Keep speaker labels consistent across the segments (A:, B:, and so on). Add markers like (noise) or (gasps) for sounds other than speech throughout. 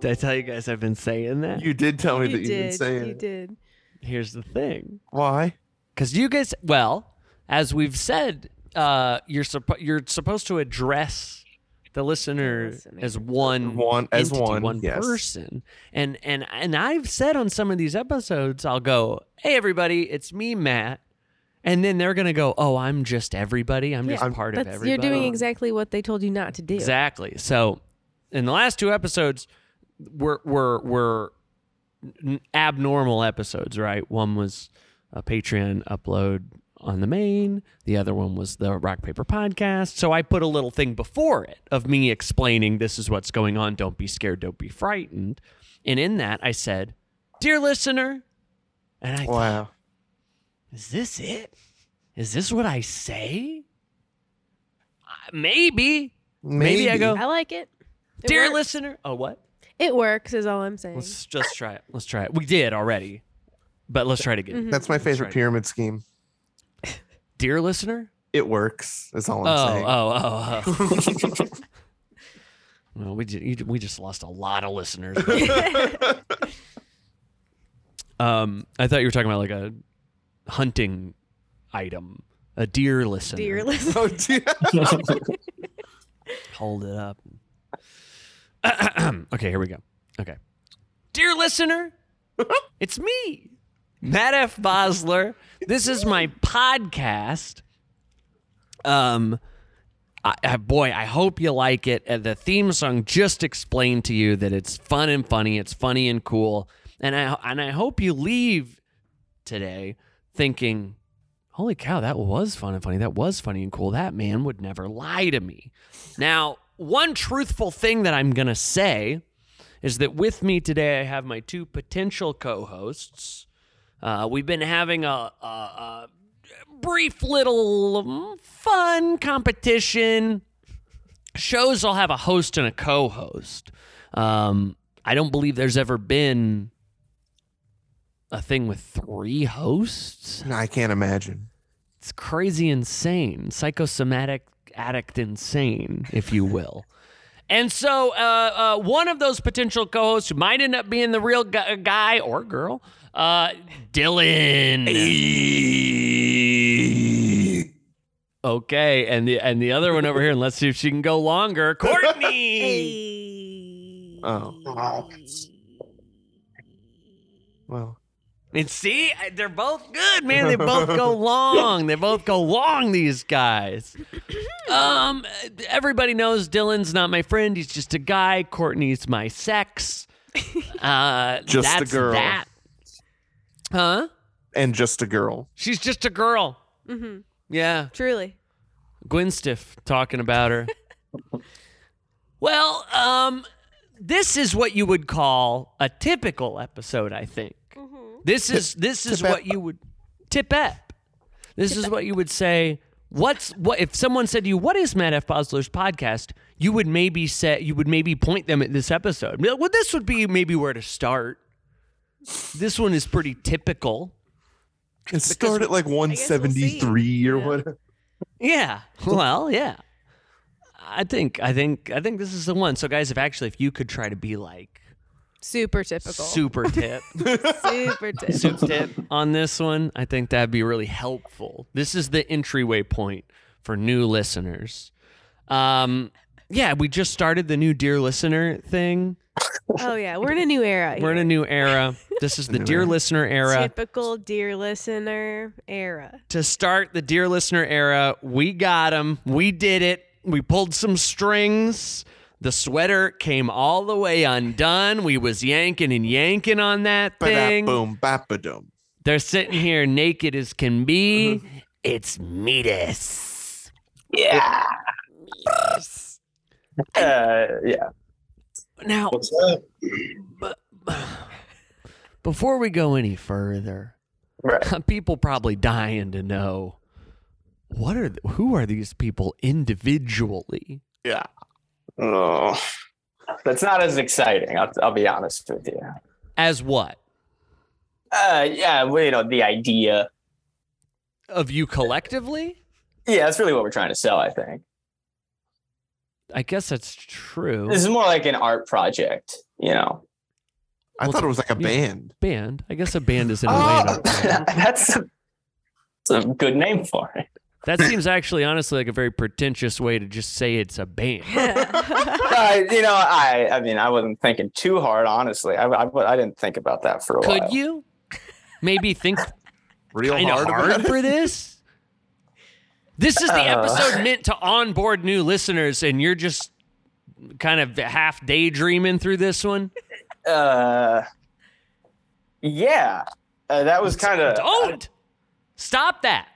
A: Did I tell you guys I've been saying that?
B: You did tell me
C: you
B: that you've been
C: did.
B: saying
C: you
B: it.
C: did.
A: Here's the thing.
B: Why?
A: Because you guys, well, as we've said, uh, you're suppo- you're supposed to address the listener
C: Listening.
A: as one,
B: One- as
A: entity,
B: one,
A: one
B: yes.
A: person. And and and I've said on some of these episodes, I'll go, "Hey, everybody, it's me, Matt," and then they're gonna go, "Oh, I'm just everybody. I'm
C: Yeah,
A: just part of
C: That's,
A: everybody."
C: you're doing exactly what they told you not to do.
A: Exactly. So, in the last two episodes, were were were n- abnormal episodes, right? One was a Patreon upload on the main. The other one was the Rock Paper podcast. So I put a little thing before it of me explaining this is what's going on. Don't be scared. Don't be frightened. And in that, I said, "Dear listener," and I thought,
B: Wow.
A: is this it? Is this what I say? Uh, Maybe. Maybe I go-
C: I like it. It
A: Dear
C: works.
A: listener, oh what?
C: It works is all I'm saying.
A: Let's just try it. Let's try it. We did already, but let's try it again.
C: Mhm.
B: That's my favorite
A: "Hmm, right.
B: pyramid scheme.
A: Dear listener.
B: It works. That's all
A: oh,
B: I'm saying.
A: oh, oh,
B: (laughs)
A: oh, Well, we just, we just lost a lot of listeners. um, I thought you were talking about like a hunting item, a deer listener.
C: Dear listener.
B: (laughs) Oh, dear.
A: Hold it up. (clears throat) okay, here we go. Okay. Dear (laughs) listener, it's me, Matt F. Bosler. This is my podcast. Um, I, I, boy, I hope you like it. Uh, the theme song just explained to you that it's fun and funny. It's funny and cool, and I and I hope you leave today thinking, "Holy cow, that was fun and funny. That was funny and cool. That man would never lie to me." Now, one truthful thing that I'm gonna say is that with me today, I have my two potential co-hosts. Uh, we've been having a, a, a brief little um, fun competition. Shows will have a host and a co-host. Um, I don't believe there's ever been a thing with three hosts.
B: No, I can't imagine.
A: It's crazy, insane, psychosomatic addict, insane, if you will. (laughs) And so, uh, uh, one of those potential co-hosts who might end up being the real gu- guy or girl, uh, Dylan. Okay, and the and the other one over here, and let's see if she can go longer. Courtney.
C: Hey.
B: Oh. Well,
A: and see, I- they're both good, man. They both
B: (laughs)
A: go long. They both go long. These guys. Um, everybody knows Dylan's not my friend. He's just a guy. Courtney's my sex. Uh,
B: Just a
A: that's
B: girl.
A: That. Huh?
B: and just a girl.
A: She's just a girl.
C: Mhm.
A: Yeah.
C: Truly.
A: Gwen Stiff talking about her. (laughs) well, um, this is what you would call a typical episode, I think. This is this is what you would tip up. This is what you would say. What's what if someone said to you, "What is Matt F. Bosler's podcast?" You would maybe say you would maybe point them at this episode. Be like, Well, this would be maybe where to start. This one is pretty typical.
B: It started at like
C: guess we'll see.
B: 173 or
C: Yeah.
B: whatever.
A: Yeah. (laughs) Well, yeah. I think I think I think this is the one. So guys, if actually if you could try to be like
C: Super
A: (laughs)
C: typical.
A: super tip,
C: Super typical.
A: soup tip on this one, I think that'd be really helpful. This is the entryway point for new listeners. Um yeah, we just started the new dear listener thing.
C: oh yeah, we're in a new era.
A: We're in a new era. This (laughs) is the dear listener era.
C: Typical dear listener era.
A: to start the Dear Listener era. We got him. We did it. We pulled some strings. The sweater came all the way undone. We was yanking and yanking on that
B: Ba
A: thing.
B: boom, bapadum.
A: They're sitting here naked as can be.
D: Mm-hmm.
A: It's Meatus.
D: Yeah. Uh, yeah.
A: Now,
D: What's up?
A: before we go any further, (laughs)
D: Right.
A: people probably dying to know what are th- who are these people individually?
B: Yeah.
D: Oh. That's not as exciting. I'll, I'll be honest with you.
A: As what?
D: Uh, yeah. Well, you know, the idea.
A: Of you collectively?
D: Yeah, that's really what we're trying to sell. I think.
A: I guess that's true.
D: This is more like an art project, you know.
B: I
A: Well,
B: thought it was like a
A: yeah.
B: band.
A: band. I guess a band is in a way.
D: Oh, (laughs)
A: Not
D: that's, a, that's a good name for it.
A: That seems actually, honestly, like a very pretentious way to just say it's a band.
D: Uh, you know, I I mean, I wasn't thinking too hard, honestly. I I, I didn't think about that for a while.
A: Could you maybe
B: (laughs)
A: think
B: Real
A: kind of
B: hard. about
A: hard
B: it.
A: for this? This is the
D: Uh.
A: episode meant to onboard new listeners, and you're just kind of half daydreaming through this one.
D: Uh, yeah, uh, that was kind of.
A: Don't stop
B: (sighs)
A: that.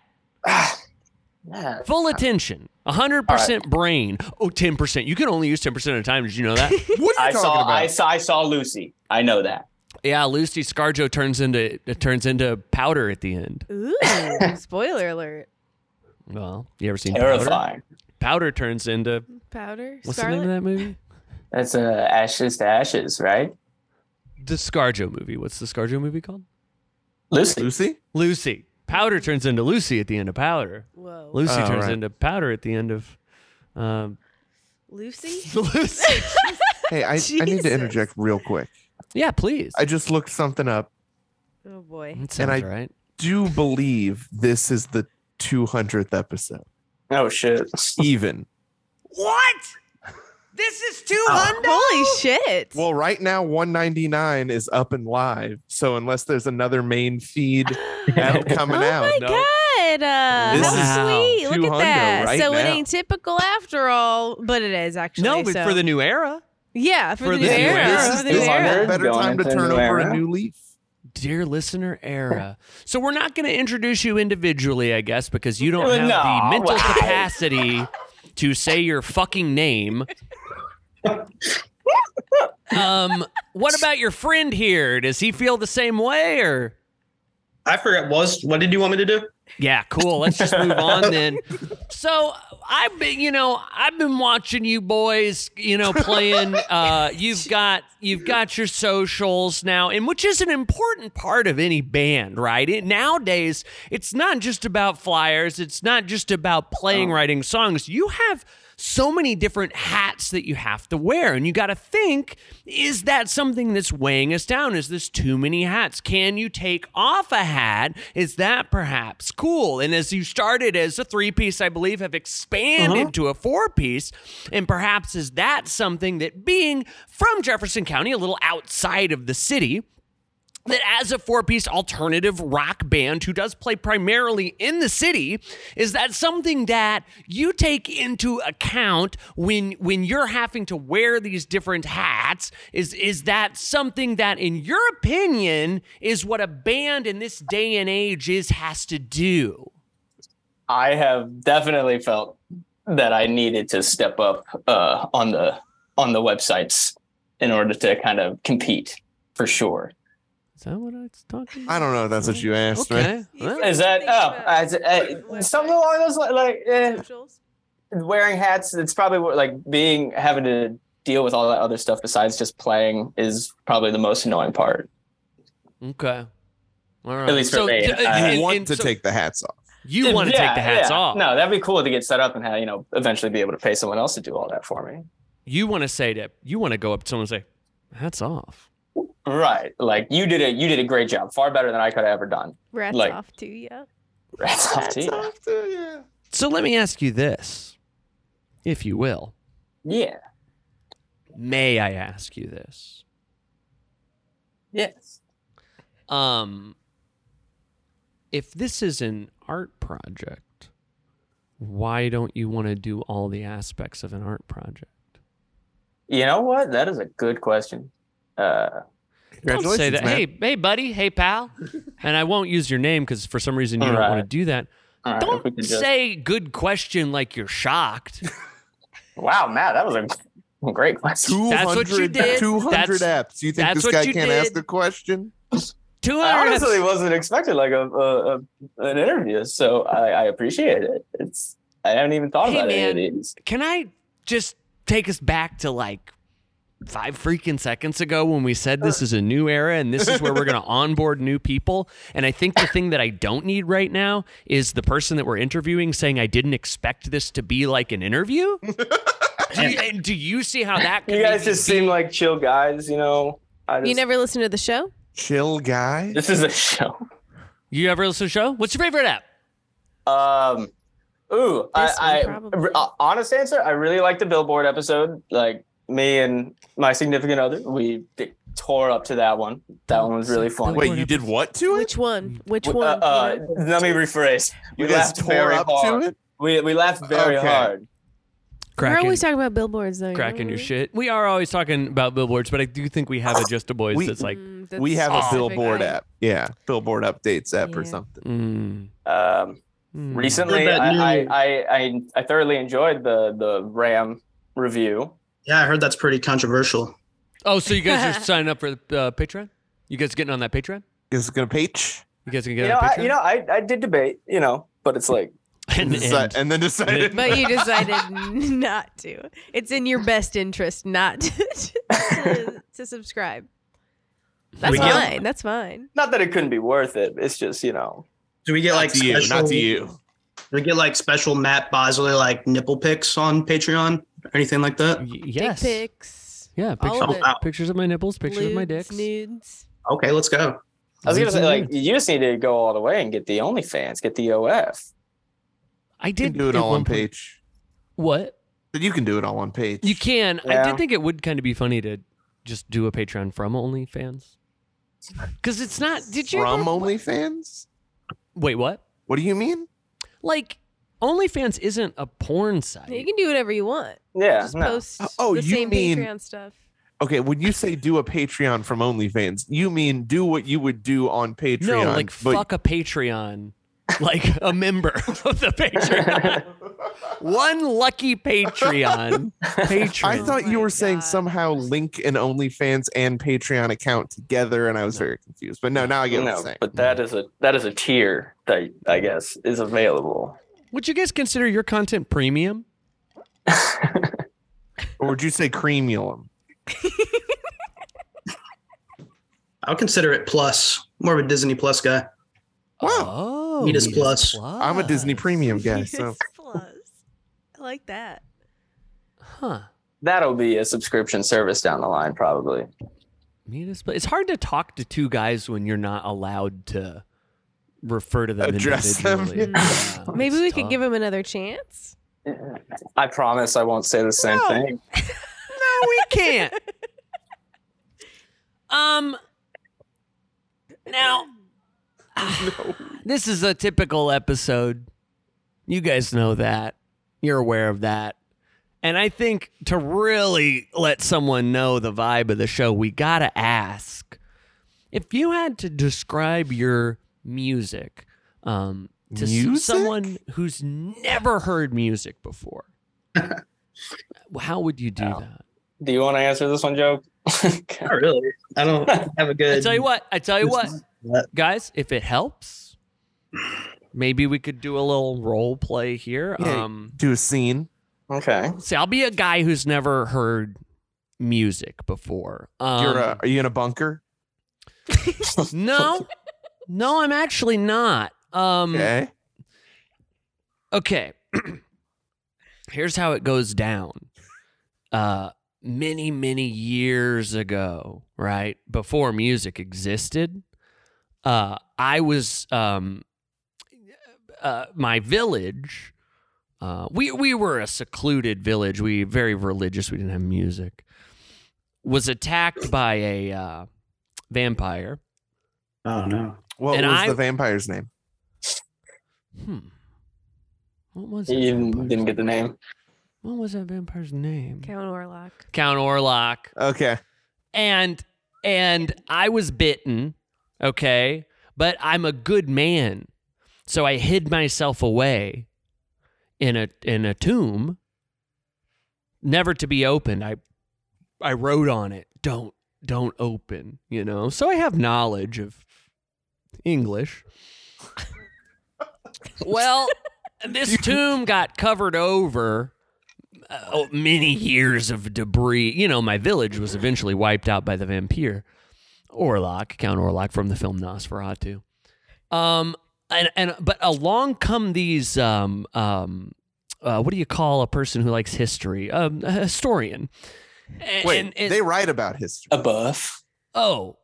A: Full attention, 100% brain. Oh, 10%. You can only use 10% of the time. Did you know
B: (laughs)
A: that?
B: What are you
D: I
B: talking
D: saw,
B: about?
D: I saw I saw Lucy. I know that.
A: yeah, Lucy Scarjo turns into it turns into powder at the end.
C: Ooh, spoiler alert.
A: Well, you ever seen powder?
D: Terrifying.
A: Powder turns into
C: Powder?
A: what's the
C: Scarlet?
A: name of that movie?
D: That's uh, ashes to ashes, right?
A: The Scarjo movie. What's the Scarjo movie called?
D: Lucy.
B: Lucy?
A: Lucy. Powder turns into Lucy at the end of Powder.
C: Whoa.
A: Lucy
B: Oh,
A: turns
B: right.
A: into powder at the end of um, (laughs)
C: Lucy?
A: Lucy.
B: Hey, I, I need
C: Jesus.
B: to interject real quick.
A: yeah, please.
B: I just looked something up.
C: Oh boy.
A: (laughs) That
B: and I-
A: sounds right.
B: Do believe this is the 200th episode.
D: Oh shit.
B: Even.
A: What? This is two
C: Holy shit.
B: Well, right now 199 is up and live. So unless there's another main feed
C: (gasps)
A: (laughs)
B: app coming
C: oh my
B: out,
A: No.
C: god. Uh,
B: This
A: is
C: how sweet. Look at
B: 200
C: that.
B: right
C: so it
B: now.
C: ain't typical after all, but it is actually.
A: No, but
C: so-
A: for the new era.
C: Yeah, for,
A: for
C: the
A: the
B: Yeah,
C: new
A: new
C: era.
A: era.
C: For the
B: this
C: new
B: is
D: era.
B: a better
D: Going
B: time to
D: into a
B: turn
D: new
B: over
D: era.
B: a new leaf.
A: Dear listener era. So we're not going to introduce you individually, I guess, because you don't have the
D: No,
A: mental
D: wow.
A: capacity to say your fucking name. um, what about your friend here? Does he feel the same way or?
E: I forgot was what did you want me to do?
A: Yeah, cool. Let's just move on then. So I've been, you know, I've been watching you boys, you know, playing. Uh, you've got you've got your socials now, and which is an important part of any band, right? It, nowadays, it's not just about flyers. It's not just about playing, writing songs. You have so many different hats that you have to wear and you got to think is that something that's weighing us down is this too many hats can you take off a hat is that perhaps cool and as you started as a three piece i believe have expanded to a four piece and perhaps is that something that being from jefferson county a little outside of the city that as a four-piece alternative rock band who does play primarily in the city is that something that you take into account when when you're having to wear these different hats is is that something that in your opinion is what a band in this day and age is has to do
D: I have definitely felt that I needed to step up uh, on the on the websites in order to kind of compete for sure.
A: is that what i was talking
B: I don't know if that's what you asked, man.
A: okay
C: You
A: well,
C: said-
D: Is that
C: Think
D: oh,
C: about-
D: as, uh, something along those li- like eh,
C: Socials.
D: wearing hats? It's probably what- like being having to deal with all that other stuff besides just playing is probably the most annoying part.
A: okay all right
D: least for
A: so,
D: me,
A: d-
D: I-
A: and-
B: You
A: and
B: want to
A: so
B: take the hats off.
A: you want to
D: Yeah,
A: take the hats
D: yeah.
A: off
D: No, that'd be cool to get set up and have you know eventually be able to pay someone else to do all that for me.
A: you want to say that you want to go up to someone and say hats off
D: Right, like you did a you did a great job, far better than I could have ever done.
C: Rats
D: like-
C: off to you.
D: (laughs) Rats off to
B: Hats
D: you.
B: off too, yeah.
A: So let me ask you this, if you will.
D: Yeah.
A: May I ask you this?
D: Yes.
A: Um, if this is an art project, why don't you want to do all the aspects of an art project?
D: You know what? That is a good question. Uh,
A: Don't say
B: Congratulations,
A: that.
B: man.
A: Hey, hey, buddy. Hey, pal. and I won't use your name because for some reason you don't want
D: Alright.
A: to do that.
D: all right, if we
A: Don't
D: could just-
A: say good question like you're shocked.
D: Wow, Matt, that was a (laughs) great question.
B: 200,
A: That's what you did.
B: 200 apps. You think
A: that's
B: this
A: what
B: guy
A: you
B: can't
A: did.
B: ask a question?
A: Two
D: I
A: hundred.
D: honestly wasn't expecting like a, a, a an interview, so I, I appreciate it. It's I haven't even thought
A: Hey,
D: about
A: man.
D: any of these.
A: can I just take us back to like five freaking seconds ago when we said this is a new era and this is where we're going
D: (laughs)
A: to onboard new people? And I think the thing that I don't need right
D: (laughs)
A: now is the person that we're interviewing saying, I didn't expect this to be like an interview. Do you, and do you see how that? could
D: You guys
A: maybe
D: just
A: be-
D: seem like chill guys, you know. I just,
C: You never listen to the show?
B: Chill guy.
D: This is a (laughs) show.
A: You ever listen to the show? What's your favorite app?
D: Um, ooh,
C: This
D: I,
C: one
D: I
C: probably.
D: uh, honest answer. I really like the billboard episode. Like me and my significant other, we d- tore up to that one. That one was really fun.
B: Wait, you did what to it?
C: Which one? Which
D: Uh,
C: one?
D: uh,
C: you know?
D: let me rephrase. We
B: You guys
D: laughed
B: tore
D: very
B: up
D: hard.
B: to it.
D: We we laughed very
B: Okay.
D: hard.
C: We're always talking about billboards, though. you know
A: cracking your
C: what I mean?
A: shit. We are always talking about billboards, but I do think we
D: Ah,
A: have a just a boys
B: We-
A: that's like,
C: Mm,
B: we
C: that's
B: have a
A: specific,
B: billboard
C: right?
B: app. Yeah, billboard updates app or
C: Yeah.
B: something.
C: Mm-hmm.
A: mm,
D: Um,
B: Hmm.
A: mm.
D: recently,
E: Heard that
D: I, I,
E: new-
D: I I I thoroughly enjoyed the the Ram review.
E: Yeah, I heard that's pretty controversial.
A: Oh, so you guys are signing up for the uh, Patreon? You guys getting on that Patreon?
B: Is it gonna page?
A: You guys can
D: You
A: get
D: know,
A: on
D: I,
A: Patreon.
D: you know, I I did debate. You know,
C: (laughs)
D: but it's like (laughs)
A: and,
B: Deci-
A: and-
B: and then decided. (laughs)
C: But you decided (laughs) n- not to. It's in your best interest not (laughs) to, to, to subscribe. That's
E: We get-
C: fine. That's fine.
D: not that it couldn't be worth it. It's just you know.
E: Do we get
B: Not
E: like
B: to you,
E: special,
B: not to you.
E: Do we get like special Matt Bosley like nipple pics on Patreon or anything like that?
A: Y- yes.
C: Dick pics.
A: Yeah,
C: All
A: pictures,
E: of it.
A: pictures of my nipples, pictures of my
C: lewds,
A: dicks.
C: Nudes.
E: Okay, let's go.
D: I was gonna
A: Nudes and
D: say, like,
A: nudes.
D: you just need to go all the way and get the OnlyFans, get the OF.
A: I
B: You can
A: did
B: do
A: at
B: it all
A: one
B: on
A: point-
B: page.
A: What?
B: But you can do it all on page.
A: You can. I
D: Yeah.
A: did think it would kind of be funny to just do a Patreon from OnlyFans. Because it's not. Did you?
B: from
A: ever-
B: OnlyFans.
A: Wait, what?
B: What do you mean?
A: Like, OnlyFans isn't a porn site.
C: You can do whatever you want.
D: Yeah,
C: Just
D: no.
C: post
B: Oh,
C: the
B: you
C: same
B: mean-
C: Patreon stuff.
B: Okay, when you say do a Patreon from OnlyFans, you mean do what you would do on Patreon.
A: No, like
B: but-
A: fuck a Patreon, like a member (laughs) of the
D: (laughs)
A: Patreon. One lucky Patreon. Patreon.
B: (laughs) I thought
C: Oh
B: you
C: my
B: were saying
C: God.
B: somehow link an OnlyFans and Patreon account together, and I was very confused. But no, now I get what you're
D: no,
B: saying.
D: but that is a that is a tier that I guess is available. (laughs)
A: Would you guys consider your content premium?
B: Or would you say creamulum?
E: I'll consider it plus. More of a Disney Plus guy.
A: Oh,
E: Midas Plus.
B: I'm a Disney
C: Ah. (laughs)
B: premium guy, so
C: Yes, plus. I like that.
A: Huh.
D: That'll be a subscription service down the line, probably.
A: Midas Plus. It's hard to talk to two guys when you're not allowed to refer to them
B: Address them.
A: individually.
B: (laughs)
A: Yeah,
C: Maybe
A: Oh, it's
C: we
A: tough.
C: could give him another chance.
D: I promise I won't say the same
A: No.
D: thing.
A: No, we can't. (laughs) um. Now, (sighs) this is a typical episode. You guys know that. You're aware of that. And I think to really let someone know the vibe of the show, we got to ask if you had to describe your music um, to s-
B: Music?
A: someone who's never heard music (laughs) before, how would you do
D: Wow.
A: that?
D: Do you want to answer this one, Joe? (laughs)
E: Not really. I (laughs) don't have a good.
A: I tell you what. I tell you what,
E: what.
A: guys. If it helps, maybe we could do a little role play here.
B: Yeah.
A: Um,
B: Do a scene.
D: okay.
A: see, I'll be a guy who's never heard music before. Um,
B: You're a, are you in a bunker? (laughs)
A: no, no, I'm actually not. Um,
B: Okay.
A: okay. (clears throat) Here's how it goes down. Uh, many, many years ago, right before music existed, uh, I was um, uh, my village. Uh, we we were a secluded village. We very religious. We didn't have music. Was attacked by a uh, vampire.
E: Oh no.
B: What
A: And
B: was
A: I-
B: the vampire's name?
A: Hmm. What was that
D: You
A: vampire's
D: didn't get the name.
A: What was that vampire's name?
C: Count Orlock.
A: Count Orlock.
B: Okay.
A: And and I was bitten, okay? But I'm a good man. So I hid myself away in a in a tomb never to be opened. I I wrote on it, don't don't open, you know. So I have knowledge of English. (laughs) well, this tomb got covered over uh, oh, many years of debris. You know, my village was eventually wiped out by the vampire Orlok, Count Orlok from the film Nosferatu. Um, and and but along come these um um uh, what do you call a person who likes history? Um, a historian. And,
B: Wait,
A: and- and-
B: they write about history.
D: A buff.
A: oh,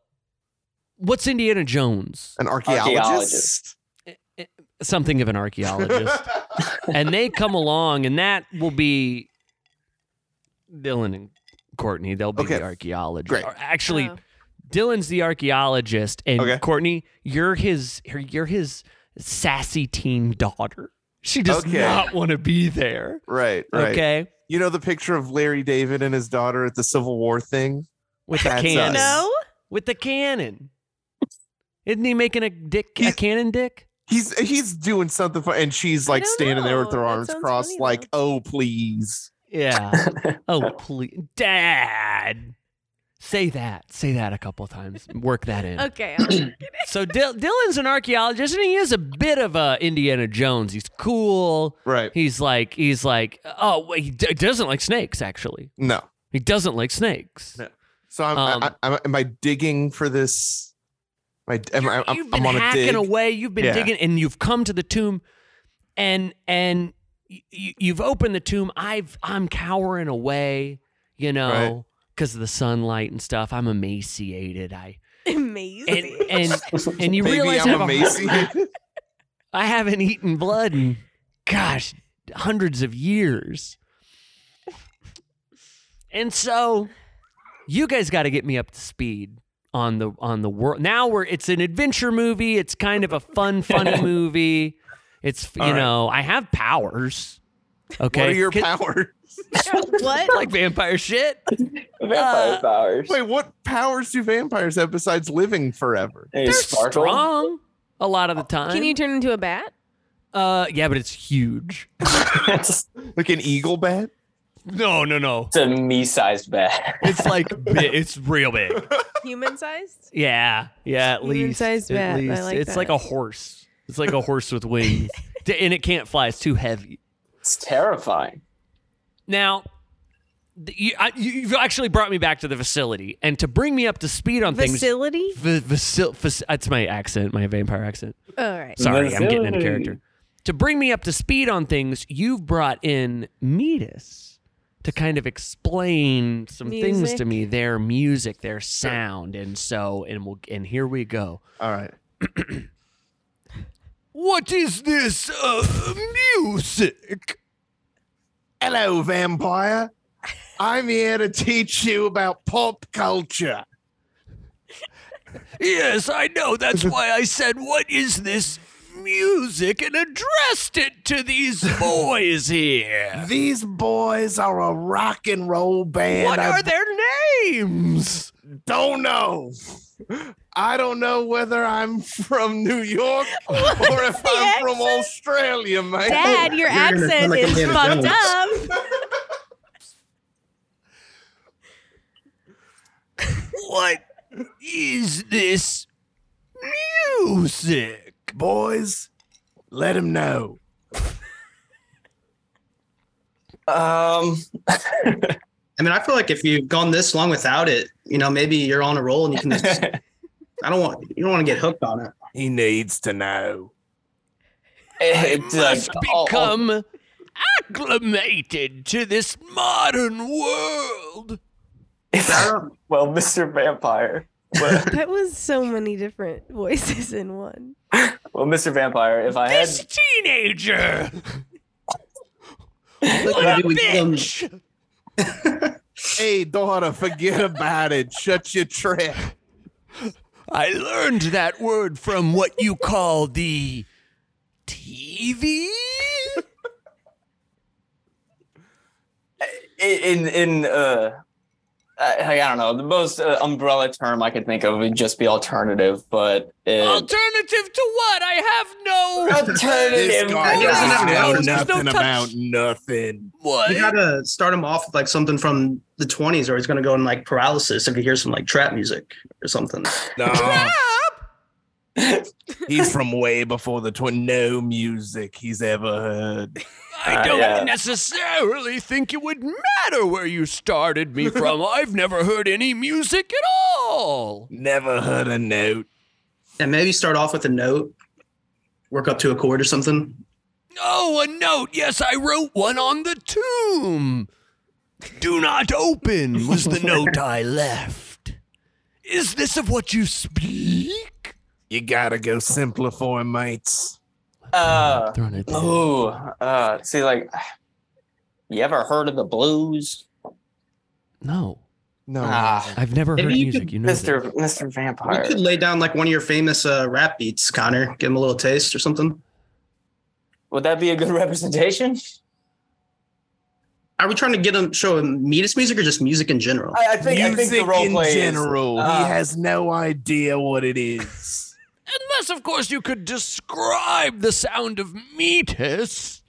A: what's Indiana Jones?
B: An archaeologist.
D: Archaeologist.
A: Something of an
B: (laughs)
A: archaeologist. and they come along, and that will be Dylan and Courtney. They'll be
B: Okay.
A: the archaeologist.
B: Great.
A: Or Actually,
C: Oh.
A: Dylan's the archaeologist, and
B: Okay.
A: Courtney, you're his you're his sassy teen daughter. She does
B: Okay.
A: not want to be there.
B: right, right.
A: Okay,
B: You know the picture of Larry David and his daughter at the Civil War thing?
A: with the
B: That's
A: cannon,
B: us.
C: No,
A: with the cannon. Isn't he making a dick a
B: He's-
A: cannon dick?
B: He's he's doing something for, and she's like
C: don't
B: standing there with
C: know.
B: her
C: That
B: arms
C: sounds
B: crossed,
C: funny,
B: like, "Oh please."
A: Yeah. oh please, Dad. Say that. Say that a couple times. Work that in.
C: okay. I'll-
A: So Dil Dylan's an archaeologist, and he is a bit of a Indiana Jones. He's cool.
B: Right?
A: He's like he's like oh wait, he d- doesn't like snakes actually.
B: No.
A: He doesn't like snakes.
B: No. So I'm, I,
A: Um,
B: I, am am I digging for this? Am I, am, I,
A: You've
B: I'm,
A: been
B: I'm on a
A: hacking
B: dig.
A: away. You've been
B: Yeah.
A: digging, and you've come to the tomb, and and y- y- you've opened the tomb. I've I'm cowering away, you know,
B: Right.
A: because of the sunlight and stuff. I'm emaciated. I
C: (laughs)
A: and
C: (coughs) Amazing.
A: and and you
B: Maybe
A: realize I (laughs)
B: I'm
A: have a-
B: amazing.
A: I haven't eaten blood in, gosh, hundreds of years. And so, you guys got to get me up to speed on the on the world. Now we're it's an adventure movie. It's kind of a fun,
B: (laughs)
A: funny movie. It's you
B: All right.
A: know I have powers. Okay,
B: What are your
A: Can-
B: powers?
A: (laughs)
C: what?
A: like vampire shit?
D: (laughs) Vampire
A: Uh,
D: powers.
B: Wait, what powers do vampires have besides living forever?
D: They
A: They're
D: sparkle.
A: strong a lot of the time.
C: Can you turn into a bat?
A: Uh, yeah, but it's huge.
D: (laughs) it's
B: Like an eagle bat?
A: No, no, no.
D: a me-sized bat.
A: It's
B: (laughs)
A: like bi- it's real big.
C: Human sized?
A: Yeah, yeah, at
C: Human
A: least.
C: sized
A: at
C: bat, I
A: least.
C: like
A: it's like
C: that.
A: a horse. It's
C: (laughs)
A: like a horse with wings, D- and it can't fly. It's too heavy.
D: It's terrifying.
A: Now, th- you, I, you- you've actually brought me back to the facility, and to bring me up to speed on things.
C: Facility?
A: V- facil- fac- that's my accent, my vampire accent.
C: All right.
A: Sorry, I'm getting into
D: Facility.
A: character. To bring me up to speed on things, you've brought in Metis to kind of explain some things to
C: Music.
A: me, their music, their sound, and so, and we'll, and here we go.
B: All right.
A: What is this uh, music?
B: Hello, vampire. I'm here to teach you about pop culture.
A: Yes, I know. That's why I said, What is this music? and addressed it to these boys here.
B: These boys are a rock and roll band.
A: what
B: I
A: are their names?
B: don't know. I don't know whether I'm from New York
A: (laughs)
B: or if
C: the
B: I'm from
C: accent?
B: Australia, man.
C: Dad, your
E: You're gonna sound
C: accent
E: like
C: is
E: Indiana
C: fucked
E: Jones.
C: up.
A: What is this music?
B: Boys, let him know.
D: Um,
E: I mean, I feel like if you've gone this long without it, you know, maybe you're on a roll and you
B: (laughs)
E: can just, I don't want, you don't want to get hooked on it.
B: He needs to know.
D: it's uh, oh,
A: Must
D: like all- all-
A: become acclimated to this modern world.
D: well, Mr. Vampire. (laughs) Well,
C: That was so many different voices in one.
D: well, Mr. Vampire. If I had
A: This teenager.
E: Maybe we give 'em-
A: bitch.
B: Hey, daughter, forget about it. Shut your trap.
A: I learned that word from what you call the TV.
D: Uh, in in uh I, I don't know the most uh, umbrella term I could think of would just be alternative, but uh
A: Alternative to what? I have no.
D: (laughs) alternative.
B: guy doesn't
A: no,
B: know
A: there's no
B: nothing
A: touch.
B: about nothing.
A: What?
E: You gotta start him off with like something from the 20s, or he's gonna go in like paralysis if you hear some like trap music or something.
B: No, he's from way before the twin. No music he's ever heard.
A: I
D: Uh,
A: don't
D: yeah.
A: necessarily think it would matter where you started me
D: (laughs)
A: from. I've never heard any music at all.
B: Never heard a note.
E: And maybe start off with a note, work up to a chord or something.
A: Oh, a note. Yes, I wrote one on the tomb. Do not open was
D: (laughs)
A: the note I left. Is this of what you speak?
B: You gotta go simplify, mates.
D: Uh,
A: Throwing it down.
D: oh, uh, see, like, you ever heard of the blues?
A: No,
B: No.
D: Ah,
A: I've never
E: Maybe
A: heard
E: you
A: music.
E: could-
A: you know, that.
D: Mr. Mr.
E: You
D: Vampire.
E: could lay down like one of your famous uh, rap beats, Connor. Give them a little taste or something.
D: Would that be a good representation?
E: Are we trying to get him show him meet his music or just music in general?
D: I, I think I think
B: Music
D: the role
B: in
D: play
B: general.
D: ah.
B: he has no idea what it
D: (laughs)
B: is.
A: Unless, of course, you could describe the sound of metis.
D: Is,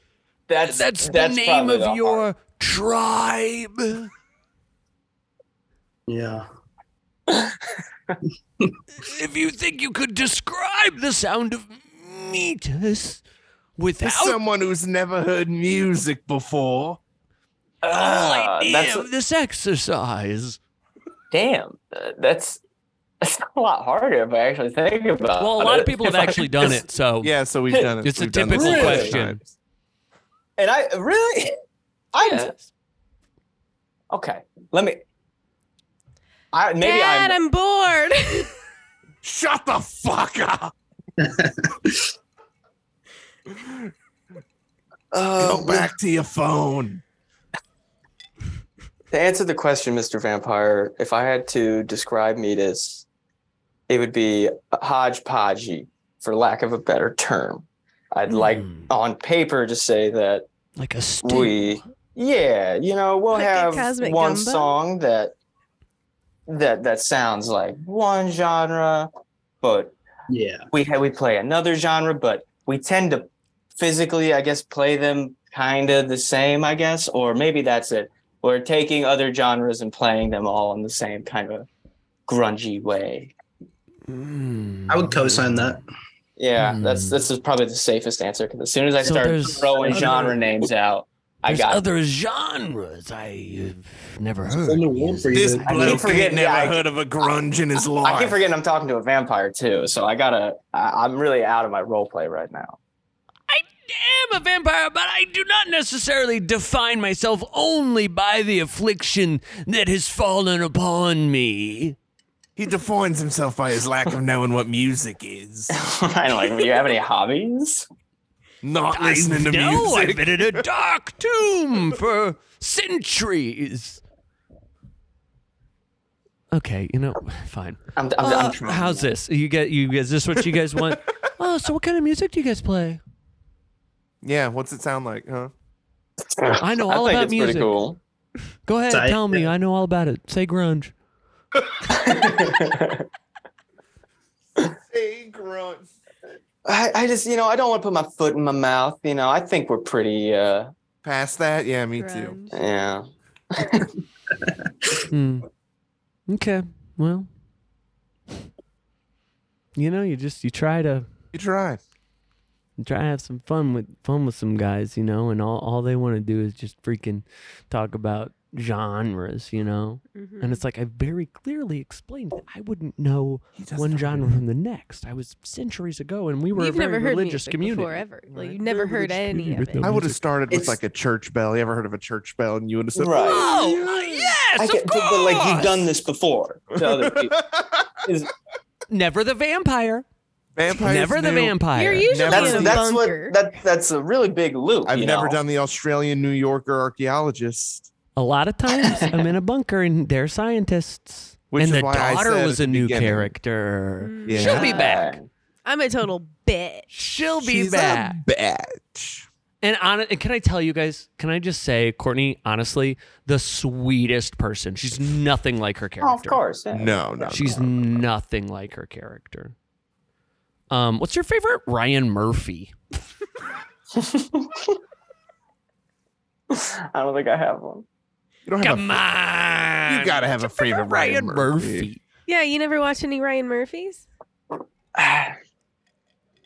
D: that's
A: That's the
D: that's
A: name
D: probably
A: of
D: the
A: your
D: hard-
A: tribe.
E: yeah.
A: If you think you could describe the sound of metis
B: For
A: without
B: someone who's never heard music before.
A: all
D: Ah,
A: idea
D: that's
A: of this exercise.
D: damn. uh, That's that's a lot harder if I actually think about.
A: Well, a lot of
D: it.
A: people have
D: If I
A: actually
D: Uh, (laughs) just-
A: done it, so
B: Yeah, so we've done it.
A: It's a
B: We've done this a
D: typical
B: lot of
A: question.
B: times.
D: And I really, (laughs) I
A: Yes.
D: okay. Let me. I maybe
C: Dad,
D: I'm,
C: I'm bored.
B: Shut the fuck up. Go back to your phone.
D: to answer the question, Mr. Vampire. If I had to describe Metis, it would be hodgepodgey, for lack of a better term. I'd like
A: Hmm.
D: on paper to say that
A: like a stew.
D: we yeah you know we'll
C: Like a
D: have
C: cosmic
D: one
C: gumbo?
D: song that that that sounds like one genre but
E: Yeah.
D: we ha- we play another genre but we tend to physically i guess play them kind of the same i guess or maybe that's it we're taking other genres and playing them all in the same kind of grungy way
E: I would co-sign that.
D: yeah
A: Hmm.
D: that's this is probably the safest answer because as soon as i
A: So
D: start
A: there's
D: throwing
A: other-
D: genre names out i
A: There's
D: got
A: other genres I've never heard.
E: only one
A: used.
E: for you.
B: This
E: I keep
B: bloke ain't
D: forgetting- yeah,
B: never
D: I-
B: heard of a grunge in his life.
D: I keep forgetting I'm talking to a vampire too, so I gotta. I, I'm really out of my role play right now.
A: I am a vampire, but I do not necessarily define myself only by the affliction that has fallen upon me.
B: He defines himself by his lack of knowing what music (laughs) is.
D: I'm like, do you have any hobbies?
B: Not listening
A: I
B: to
A: know I've
B: music.
A: been in a dark tomb for centuries. Okay, you know, fine.
D: I'm, I'm, I'm
A: Uh,
D: trying.
A: how's this? You get you is this what you guys
D: (laughs)
A: want? oh, so what kind of music do you guys play?
B: Yeah, what's it sound like, huh?
A: I know
D: I
A: all
D: think
A: about
D: it's
A: music.
D: pretty cool.
A: Go ahead,
E: Sorry.
A: tell me. I know all about it. Say grunge.
B: Hey, grunge.
D: (laughs) I, I just, you know, I don't want to put my foot in my mouth. You know, I think we're pretty. uh
B: Past that? Yeah, me too.
C: Grunge.
D: Yeah.
A: Hmm. Okay. Well, you know, you just you try to
B: You tried.
A: and try to have some fun with fun with some guys, you know, and all, all they want to do is just freaking talk about genres, you know. And it's like I very clearly explained that I wouldn't know one genre from the next. I was centuries ago, and we were
C: You've
A: a very
C: never heard
A: religious
C: music
A: community.
C: before ever. Like
A: right?
C: you've never
A: Very
C: heard
A: religious
C: any of
A: community
C: it.
A: with
B: I
A: no
B: would have
A: music.
B: started with
D: It's-
B: like a church bell. You ever heard of a church bell? And you would have said,
D: Right.
A: Oh yes,
D: I
A: of
D: get,
A: course.
D: but like you've done this before to other people.
A: Never the vampire.
B: (laughs) Vampires
A: never the
B: knew-
A: vampire.
C: You're usually
B: Never
D: That's
C: in a
B: seen-
D: that's what
C: bunker.
D: that that's a really big loop.
B: I've
D: you
B: never
D: know?
B: done the Australian New Yorker archaeologist,
A: a lot of times I'm
B: (laughs)
A: in a bunker and they're scientists.
B: which
A: and
B: is
A: the
B: why I
A: daughter
B: said
A: was
B: at
A: a
B: the
A: new
B: beginning.
A: character.
C: Mm.
B: Yeah.
A: She'll be back.
C: I'm a total bitch.
A: She'll be
B: She's
A: back.
B: a bitch.
A: And on and can I tell you guys? Can I just say, Courtney? Honestly, the sweetest person. She's nothing like her character.
D: Oh, of course. yeah.
B: No, no.
A: She's
B: no.
A: nothing like her character. Um, what's your favorite Ryan Murphy?
D: (laughs) I don't think I have one. (sighs)
B: You don't have
A: Come on,
B: a, you gotta have a favorite Ryan Murphy.
C: Yeah, you never watch any Ryan Murphys?
D: Is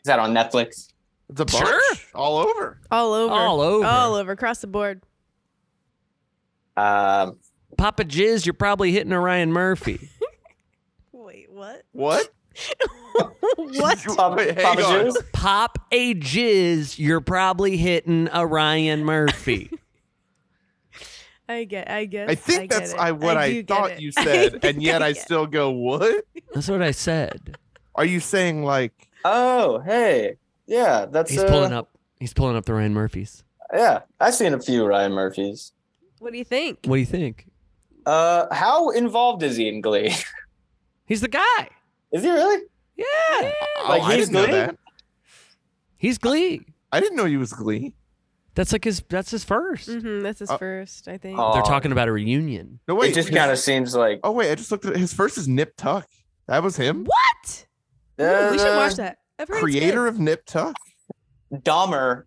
D: that on Netflix?
B: It's a bunch
A: Sure.
B: all over.
C: All over.
A: All over.
C: All over. Across the board.
D: Um,
B: (laughs)
A: Papa Jizz, you're probably hitting a Ryan Murphy.
C: Wait, what?
B: What?
C: (laughs) what?
D: (laughs) Papa, Papa
B: on.
D: Joe's?
A: Pop a jizz, you're probably hitting a Ryan Murphy.
C: (laughs) I get. I guess.
B: I think
C: get
B: that's
C: it.
B: I, what I,
C: do get
B: thought
C: it. (laughs)
B: you
C: I
B: said,
C: think
B: and yet I,
C: get it.
B: still go, "What
A: That's what I said.
B: are you saying?" Like,
D: Oh, hey. Yeah, that's
A: He's
D: uh,
A: pulling up. He's pulling up the Ryan Murphys.
D: Yeah, I've seen a few Ryan Murphys.
C: What do you think?
A: What do you think?
D: Uh, how involved is he in Glee? (laughs)
A: He's the guy.
D: Is he really?
A: Yeah.
B: oh,
D: Like,
B: I
D: he's
B: didn't know
D: Glee?
B: that.
A: He's Glee.
B: I didn't know he was Glee.
A: That's like his. That's his 1st they
C: Mm-hmm, that's his
B: Uh,
C: first, I think.
D: Oh,
A: They're talking about a reunion.
B: No, wait.
D: it just
B: his-
D: kind of seems like
B: Oh wait, I just looked at it. his first is Nip Tuck. That was him,
C: what? Ooh, we should
D: Uh,
C: watch that. I've heard
B: creator
C: it's
B: of Nip Tuck.
D: Dahmer,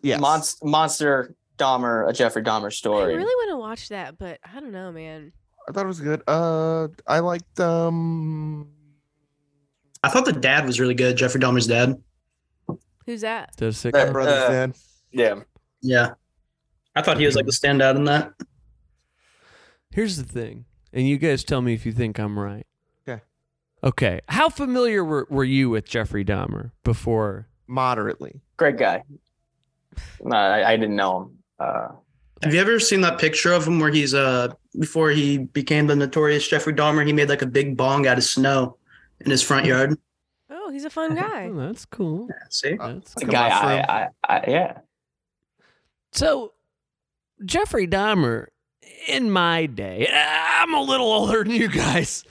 B: Yes.
D: monst- monster Dahmer, a Jeffrey Dahmer
C: good.
D: story.
C: I really want to watch that, but I don't know, man.
B: I thought it was good. Uh, I liked um.
E: I thought the dad was really good, Jeffrey Dahmer's dad.
C: Who's that?
A: The sick.
D: That-
B: Brothers
D: Uh,
B: Dead.
D: Yeah.
E: Yeah. I thought he was like the standout in that.
A: Here's the thing, and you guys tell me if you think I'm right.
B: Okay.
A: Okay. How familiar were, were you with Jeffrey Dahmer before?
B: Moderately.
D: Great guy. No, I, I didn't know him. Uh,
E: Have you ever seen that picture of him where he's uh before he became the notorious Jeffrey Dahmer, he made like a big bong out of snow in his front yard?
C: Oh, he's
A: (laughs)
C: a fun guy.
A: Oh, that's cool.
E: Yeah, see?
A: That's
D: the
A: cool.
B: Like a
D: guy,
B: mushroom.
D: I, I, I, yeah.
A: So, Jeffrey Dahmer, in my day, I'm a little older than you guys.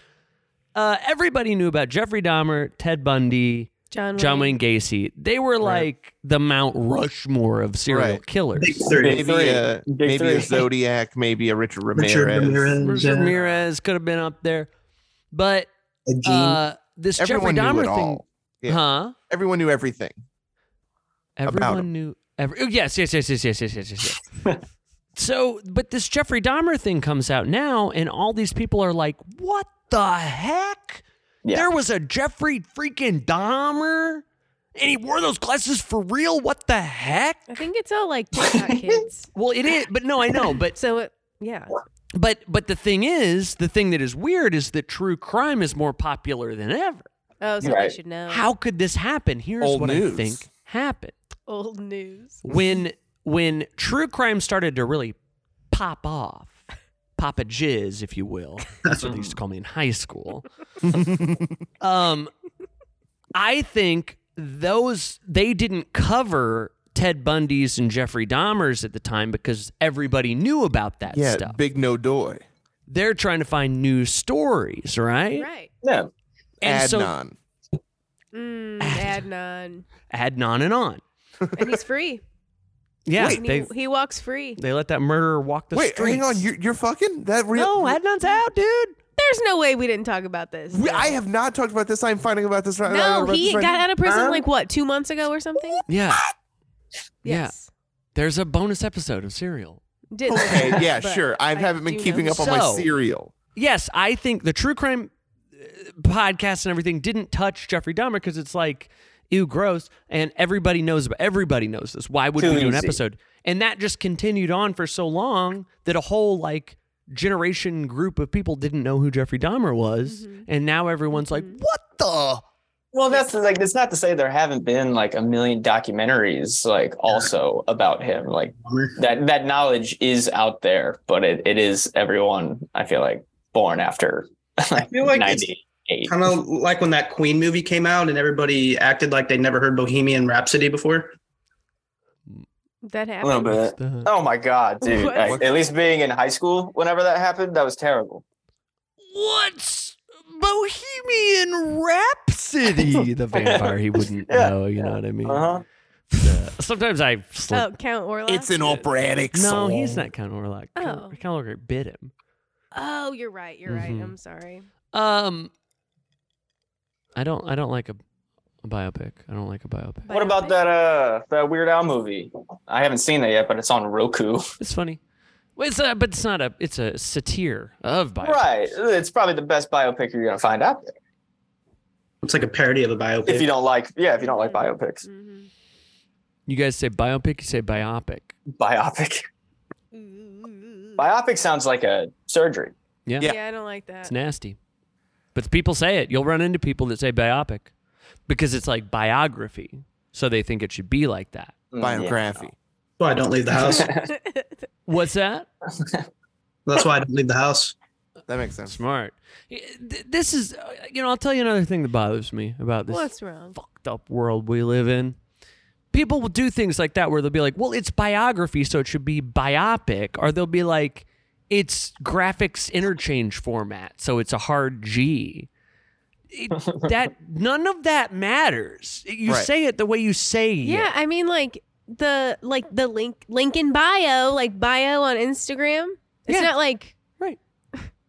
A: Uh, everybody knew about Jeffrey Dahmer, Ted Bundy,
C: John.
A: John Wayne Gacy. They were
B: Right.
A: like the Mount Rushmore of serial
B: Right.
A: killers.
E: Big three.
B: Maybe
D: three.
B: a
D: Big
B: maybe
A: (laughs)
B: a
D: three.
B: Zodiac, maybe a Richard
D: uh,
B: Ramirez.
E: Richard Ramirez,
A: Ramirez,
E: yeah.
A: could have been up there, but
E: A gene.
A: uh, this
B: Everyone
A: Jeffrey
B: knew
A: Dahmer
B: it
A: thing,
B: all. Yeah.
A: huh?
B: Everyone knew everything. About
A: Everyone
B: him.
A: knew. Every, oh, yes, yes, yes, yes, yes, yes, yes, yes.
B: (laughs)
A: yes. so, but this Jeffrey Dahmer thing comes out now, and all these people are like, "What the heck?
D: Yeah.
A: There was a Jeffrey freaking Dahmer, and he wore those glasses for real. What the heck?"
C: I think it's all like TikTok (laughs) kids.
A: Well, it is, but no, I know, but
C: So it, yeah.
A: but but the thing is, the thing that is weird is that true crime is more popular than ever.
C: Oh, so
D: Right.
C: they should know.
A: How could this happen? Here's
B: Old
A: what I
B: news.
A: think happened.
C: old news.
A: when when true crime started to really pop off, pop a jizz, if you
B: (laughs)
A: will. That's what they
D: Mm-hmm.
A: used to call me in high school. um, I think those they didn't cover Ted Bundy's and Jeffrey Dahmer's at the time because everybody knew about that
B: yeah,
A: stuff.
B: Big No Doy.
A: They're trying to find new stories, right?
C: Right.
D: Yeah.
A: And so
B: Adnan.
C: Mm,
A: Ad-
C: Adnan.
A: add on and on.
C: And he's free.
A: (laughs) Yeah,
C: And
A: they
C: he, he walks free.
A: they let that murderer walk the
B: Wait,
A: streets.
B: hang on. You're, you're fucking that
A: no,
B: real?
A: Adnan's out, dude.
C: There's no way we didn't talk about this.
B: We- I have not talked about this. I'm finding about this right now.
C: No, he got out of prison
D: Huh?
C: like what, two months ago or something?
A: Yeah. Yeah.
C: Yes.
A: There's a bonus episode of Serial.
B: (laughs)
C: Didn't
B: Okay,
C: listen,
B: yeah,
C: but
B: sure. I, haven't been
C: do
B: keeping
C: know.
B: up on my
A: So-
B: cereal.
A: Yes, I think the true crime uh, podcast and everything didn't touch Jeffrey Dahmer because it's like, ew, gross, and everybody knows. About, everybody knows this. Why would
D: Too
A: we do an
D: easy.
A: episode? And that just continued on for so long that a whole like generation group of people didn't know who Jeffrey Dahmer was,
C: Mhm.
A: and now everyone's
C: Mhm.
A: like, what the?
D: Well, that's the- like that's not to say there haven't been like a million documentaries like also about him. Like
E: Dahmer.
D: that that knowledge is out there, but it, it is everyone I feel like born after
E: I feel like it's
D: ninety eight.
E: kind of like when that Queen movie came out and everybody acted like they'd never heard Bohemian Rhapsody before.
C: That
D: A
C: happened.
D: little
A: What's the-
D: bit. Oh my god, dude!
C: What?
D: Like, at least being in high school, whenever that happened, that was terrible.
A: (laughs) What's Bohemian (laughs) Rhapsody? the vampire he wouldn't
D: (laughs) Yeah.
A: know. You know what I mean?
D: Uh huh.
A: Sometimes I slip
C: Oh, Count Orla.
B: It's an operatic
A: No,
B: song.
A: he's not Count Orlock.
C: Oh.
A: Count, Count Orlock bit him.
C: oh, you're right. You're right.
A: Mhm.
C: I'm sorry.
A: Um, I don't. I don't like a, a biopic. I don't like a biopic.
D: What about that uh that Weird Al movie? I haven't seen that yet, but it's on Roku.
A: It's funny. Well, it's a, but it's not a. It's a satire of biopic.
D: Right. It's probably the best biopic you're gonna find out there.
E: It's like a parody of a biopic.
D: If you don't like yeah, if you don't like
C: Mm-hmm.
D: biopics.
A: You guys say biopic. You say biopic.
D: Biopic.
C: Mm-hmm.
D: Biopic sounds like a surgery.
A: Yeah.
C: Yeah. I don't like that.
A: It's nasty. But people say it. You'll run into people that say biopic because it's like biography. So they think it should be like that.
D: Mm,
B: Biography.
E: why I don't leave
D: (laughs)
E: the house.
C: (laughs)
A: What's that?
E: That's why I don't leave the house.
B: That makes sense.
A: Smart. Th- This is, uh, you know, I'll tell you another thing that bothers me about this
C: What's wrong?
A: fucked up world we live in. People will do things like that where they'll be like, well, it's biography, so it should be biopic. Or they'll be like, it's graphics interchange format, so it's a hard G. It- that none of that matters. You
B: Right.
A: say it the way you say
C: Yeah,
A: it.
C: I mean, like the like the link link in bio, like bio on Instagram.
A: Yeah.
C: It's not like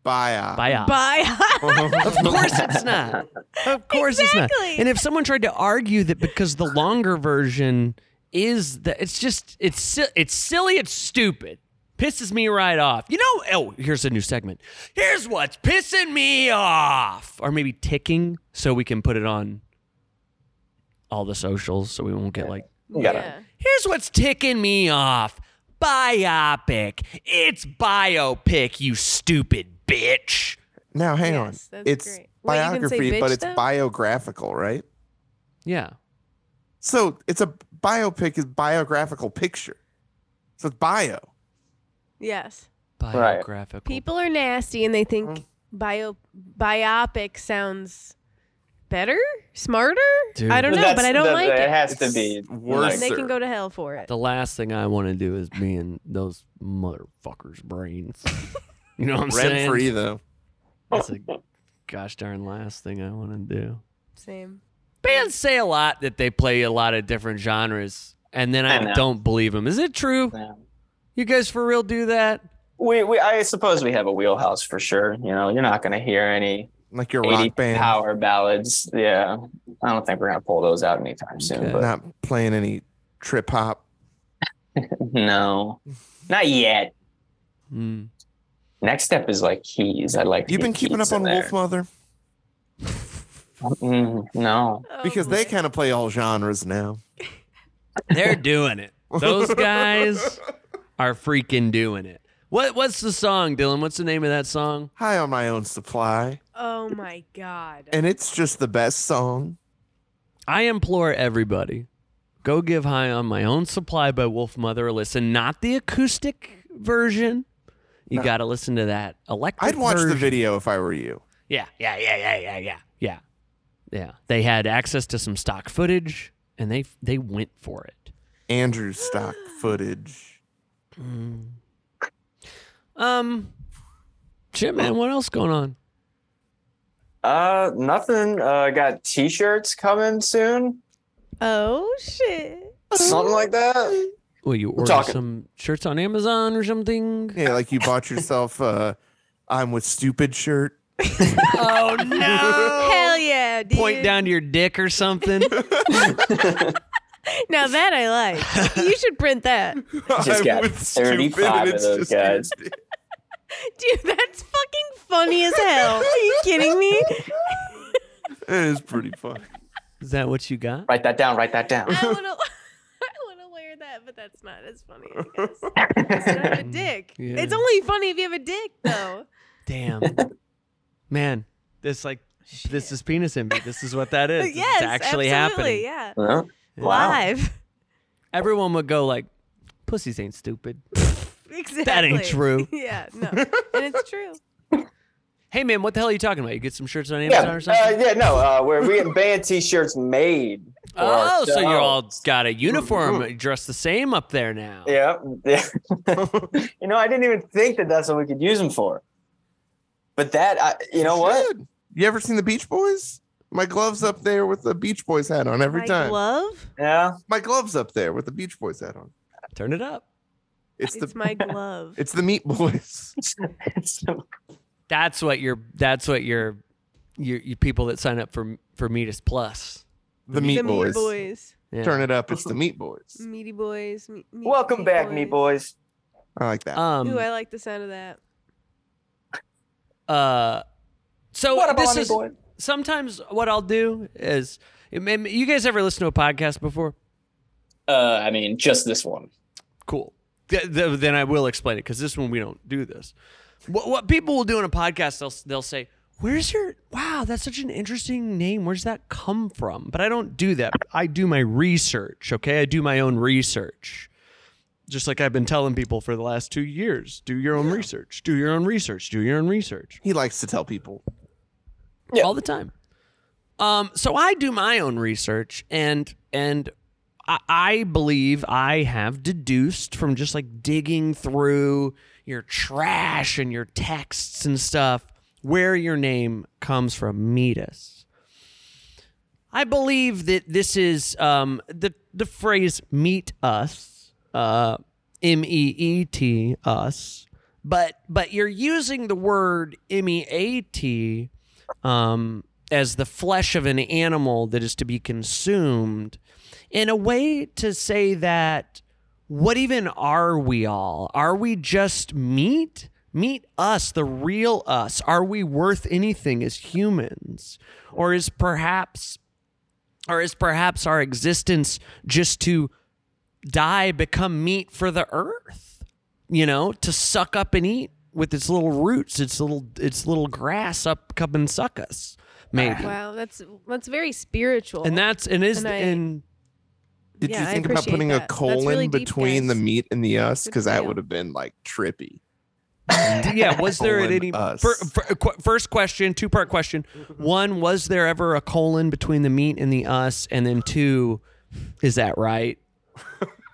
B: Bio.
A: Bio.
C: bio.
A: (laughs) Of (laughs) course it's not. Of course it's
C: Exactly.
A: not. And if someone tried to argue that because the longer version is the, it's just it's si- it's silly, it's stupid. Pisses me right off. You know, oh, here's a new segment. Here's what's pissing me off. Or maybe ticking so we can put it on all the socials so we won't get like
D: You gotta-
C: Yeah.
A: Here's what's ticking me off. Biopic. It's biopic, you stupid bitch.
B: Now, hang
C: Yes,
B: on.
C: that's
B: It's
C: great. Wait, you can say
B: biography, but
C: bitch,
B: it's
C: though?
B: biographical, right?
A: Yeah.
B: So it's a biopic is biographical picture. So it's bio.
C: Yes.
D: Right.
A: Biographical.
C: People are nasty and they
B: Mm.
C: think bio biopic sounds better, smarter.
A: Dude.
C: I don't know, but
D: that's-
C: I don't
D: that-
C: like
D: It
C: it.
D: has to be
B: It's worse.
C: And they
B: Sir.
C: can go to hell for it.
A: The last thing I want to do is be in those motherfuckers'
C: (laughs)
A: brains. You know what I'm
B: Rent
A: saying?
B: free though.
A: That's a gosh darn last thing I want to do.
C: Same.
A: Bands say a lot that they play a lot of different genres, and then
D: I
A: I,
D: know.
A: don't believe them. Is it true?
D: Yeah.
A: You guys for real do that?
D: We, we I suppose we have a wheelhouse for sure. You know, you're not gonna hear any
B: Like your
D: 80
B: rock band.
D: power ballads. Yeah. I don't think we're gonna pull those out anytime
A: Okay.
D: soon. But
B: Not playing any trip hop.
D: no. Not yet.
A: Hmm.
D: Next step is like keys. I'd like to
B: You've
D: (laughs) get
B: been keeping
D: keys
B: up on
D: in there.
B: Wolf Mother?
D: Mm, no.
B: Because they kind of play all genres now.
A: They're doing it. Those guys are freaking doing it. What What's the song, Dylan? What's the name of that song?
B: High on my own supply.
C: Oh my god.
B: And it's just the best song.
A: I implore everybody go give High on My Own Supply by Wolf Mother a listen, not the acoustic version. You got to listen to that electric
B: I'd watch the
A: version.
B: video if I were you.
A: Yeah, yeah, yeah, yeah, yeah, yeah, yeah, yeah. They had access to some stock footage, and they they went for it.
B: Andrew stock footage.
A: Um, shit, man, what else going on?
D: Uh, nothing. Uh, got t-shirts coming soon,
C: oh shit.
D: something like that.
A: Well, you order
D: talking.
A: some shirts on Amazon or something?
B: Yeah, like you
D: (laughs)
B: bought yourself a I'm with stupid shirt.
A: oh
B: (laughs)
A: no!
C: Hell yeah, dude.
A: Point down to your dick or something.
C: Now that I
A: (laughs)
C: like. you should print that.
D: Just
B: I'm
D: got
B: with stupid,
D: 35
B: and
D: of
B: it's
D: those
B: just (laughs)
D: guys.
B: your dick.
C: Dude, that's fucking funny as hell. Are you kidding me?
B: It is pretty fun.
A: (laughs) Is that what you got?
D: Write that down. Write that down. (laughs)
C: I wanna (laughs) I wanna wear that, but that's not as funny, I guess. 'Cause I don't have a dick.
A: Yeah.
C: It's only funny if you have a dick though.
A: Damn. Man, this like this is penis envy. This is what that
C: (laughs)
A: is.
C: yes,
A: it's actually
C: absolutely,
A: happening.
C: yeah.
D: No? Wow.
C: Live.
A: Everyone would go like, "Pussies ain't stupid."
C: Exactly.
A: true.
C: (laughs) Yeah, no. And it's true.
A: hey man, what the hell are you talking about? You get some shirts on Amazon
D: Yeah,
A: or
D: uh,
A: something?
D: yeah, no. Uh, we're we getting band t-shirts made. for
A: oh,
D: uh,
A: so you all
D: ourselves.
A: got a uniform, dressed the same up there now.
D: mm-hmm. Yeah, yeah. (laughs) you know, I didn't even think that that's what we could use them for. But that, I, you know what?
B: Good. You ever seen the Beach Boys? My gloves up there with the Beach Boys hat on every
C: My
B: time.
C: glove?
D: Yeah,
B: my gloves up there with the Beach Boys hat on.
A: Turn it up.
B: It's,
C: It's,
B: the
C: my glove.
B: it's the Meat Boys.
D: It's-
A: That's what your that's what your your, your people that sign up for for Meatus Plus.
B: The Meat,
C: the
B: Boys.
C: Meat Boys.
A: Yeah.
B: Turn it up. It's the Meat Boys.
C: Meaty Boys. Me- meat,
D: welcome
C: meat
D: back,
C: boys.
D: me boys.
B: I like that.
A: Um.
C: Ooh, I like the sound of that.
A: uh. So
D: What about
A: this
D: me
A: is
D: boys?
A: sometimes what I'll do is, you guys ever listen to a podcast before?
D: Uh, I mean, just this one.
A: cool. Th- th- then I will explain it because this one we don't do this. What, what people will do in a podcast, they'll they'll say, Where's your wow? That's such an interesting name. Where's that come from? But I don't do that. I do my research. Okay, I do my own research. Just like I've been telling people for the last two years, do your own research. Do your own research. Do your own research
B: He likes to tell people.
A: all the time. Um, so I do my own research, and and I, I believe I have deduced from just like digging through your trash and your texts and stuff where your name comes from. Metis. I believe that this is um, the the phrase "meet us," uh, M E E T us, but but you're using the word M E A T um, as the flesh of an animal that is to be consumed in a way to say that what even are we all? Are we just meat? Meet us, the real us. Are we worth anything as humans? Or is perhaps or is perhaps our existence just to die become meat for the earth? you know, to suck up and eat with its little roots, its little its little grass up come and suck us, maybe.
C: Wow, that's that's very spiritual.
A: And that's and is
C: And I-
A: and
B: Did
C: Yeah,
B: you
C: I
B: think about
C: appreciate
B: putting
C: that.
B: a
C: That's
B: colon
C: really deep,
B: between the
C: guys.
B: meat and the us?
C: Good
B: Because that
C: deal.
B: would have been like trippy.
A: (laughs) yeah,
B: (laughs)
A: was there at
B: Colon
A: any
B: us.
A: fir, fir- qu- first question, two part question. One, was there ever a colon between the meat and the us? And then two, is that right?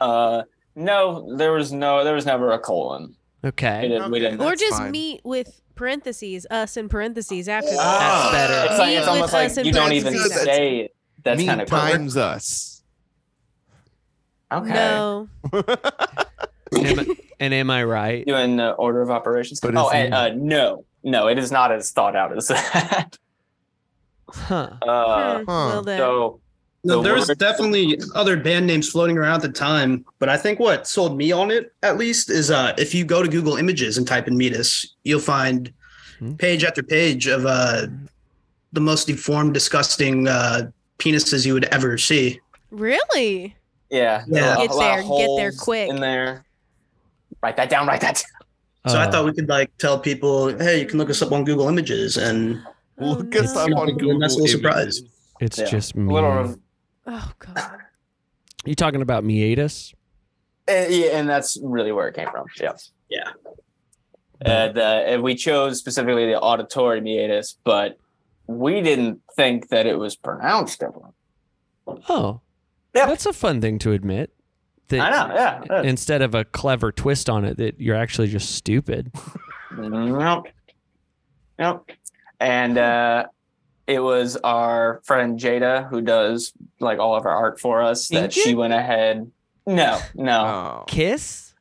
D: Uh, no, there was no, there was never a colon. We
A: Okay.
D: didn't. We didn't.
C: or
B: That's
C: just
B: fine.
C: meet with parentheses, us in parentheses after that.
A: That's
D: Ah.
A: better.
D: It's like
C: Meet
D: it's
C: with
D: almost
C: us
D: like
C: and
D: you don't
C: practice
D: even
B: with us.
D: say it. That's
B: meat
D: kind of cool.
B: times us. (laughs)
D: Okay.
C: No, (laughs) Hmm,
A: Am I- and am I
D: (laughs)
A: right?
D: Doing the order of operations.
B: But
D: oh,
B: it's
D: and,
B: not.
D: uh, no, no, it is not as thought out as that.
A: Huh.
D: Uh,
C: Hmm, well then.
D: so
E: No,
D: The
E: there's
D: word-
E: definitely other band names floating around at the time, but I think what sold me on it at least is uh, if you go to Google Images and type in Metis, you'll find
A: Hmm.
E: page after page of uh, the most deformed, disgusting uh, penises you would ever see.
C: really?
D: yeah, there
E: Yeah.
D: were a
C: Get
D: lot of
C: there, get there
D: holes
C: quick.
D: In there. Write that down. Write that down.
E: So I
A: Uh,
E: thought we could like tell people, hey, you can look us up on Google Images, and
C: Oh,
B: Look us
C: no.
B: up on
E: That's a
B: Google.
E: little
B: Images.
E: surprise.
A: it's
D: Yeah.
A: just
D: A
A: me.
D: little. Rev-
C: Oh god.
A: you talking about meatus?
D: Uh, yeah, and that's really where it came from. Yeah.
E: Yeah.
D: Uh, the, and we chose specifically the auditory meatus, but we didn't think that it was pronounced everyone.
A: Oh,
D: Yeah.
A: that's a fun thing to admit. That
D: I know. Yeah. yeah.
A: Instead of a clever twist on it, that you're actually just stupid.
D: Nope. Nope. And uh, it was our friend Jada who does like all of our art for us that
A: Inkit?
D: she went ahead. No, no,
B: Oh.
A: Kiss?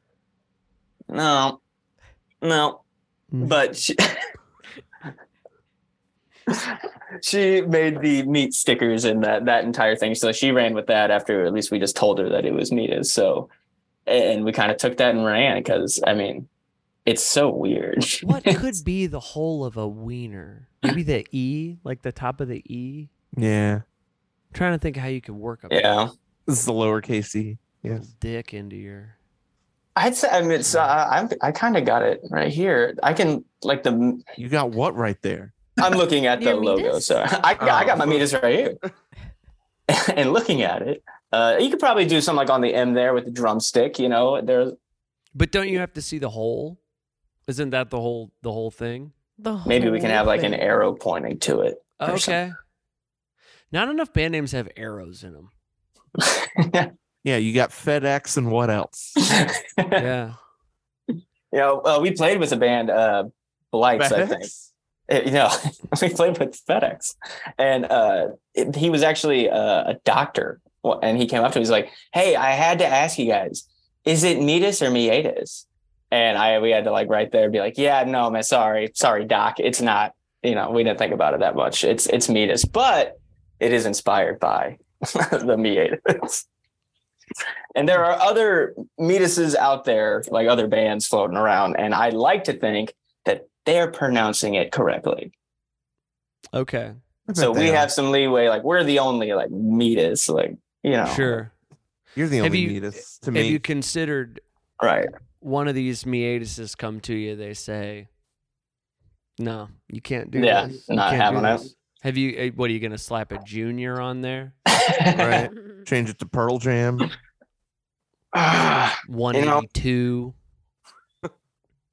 D: no, no.
A: Mm.
D: But she, (laughs) she made the meat stickers and that that entire thing. So she ran with that after at least we just told her that it was meat. is So, and we kind of took that and ran because I mean, it's so weird. (laughs)
A: What could be the whole of a wiener? Maybe the E, like the top of the E.
B: Yeah.
A: I'm trying to think how you could work a
D: yeah.
B: This is the lowercase e.
A: little dick into your.
D: I'd say I mean, it's, uh, I'm I kind of got it right here. I can like the
B: You got what right there?
D: I'm looking at the
C: Your
D: logo,
C: meters?
D: so I I got my
B: Oh.
D: meters right here. and looking at it, uh, you could probably do something like on the M there with the drumstick. You know, there's
A: But don't you have to see the whole? Isn't that the whole the whole thing?
C: The
D: maybe we can
C: whole
D: have like an
C: thing.
D: arrow pointing to it. (laughs) Or
A: Okay. Not enough band names have arrows in
D: (laughs)
A: them.
B: Yeah, you got FedEx and what
D: (laughs)
B: else?
A: Yeah.
D: you know, uh, we played with a band, uh, Blights, I think.
B: FedEx?
D: Uh, you know, (laughs) we played with FedEx, and uh, it- he was actually uh, a doctor, Well, and he came up to me. He's like, "Hey, I had to ask you guys, is it meatus or meatus?" And I we had to like right there be like, "Yeah, no, man, sorry, sorry, doc, it's not." You know, we didn't think about it that much. It's it's meatus, but it is inspired by (laughs) the meatus. And there are other meatuses out there, like other bands floating around, and I like to think that they're pronouncing it correctly
A: Okay.
B: I bet
D: so we
B: they are.
D: have some leeway. Like we're the only like meatus, like you know,
A: Sure.
B: You're the
A: Have
B: only
A: you-
B: meatist to
A: Have
B: me.
A: you considered
D: right?
A: one of these meatuses come to you, they say, No, you can't do
D: Yeah,
A: this.
D: not
A: you can't do
D: having it.
A: this. Have you? eh, What are you gonna slap a junior on there?
B: Right. Change it to Pearl Jam.
D: (laughs)
B: (laughs)
D: Ah,
A: One
D: You know-
A: eighty two.
D: (laughs) you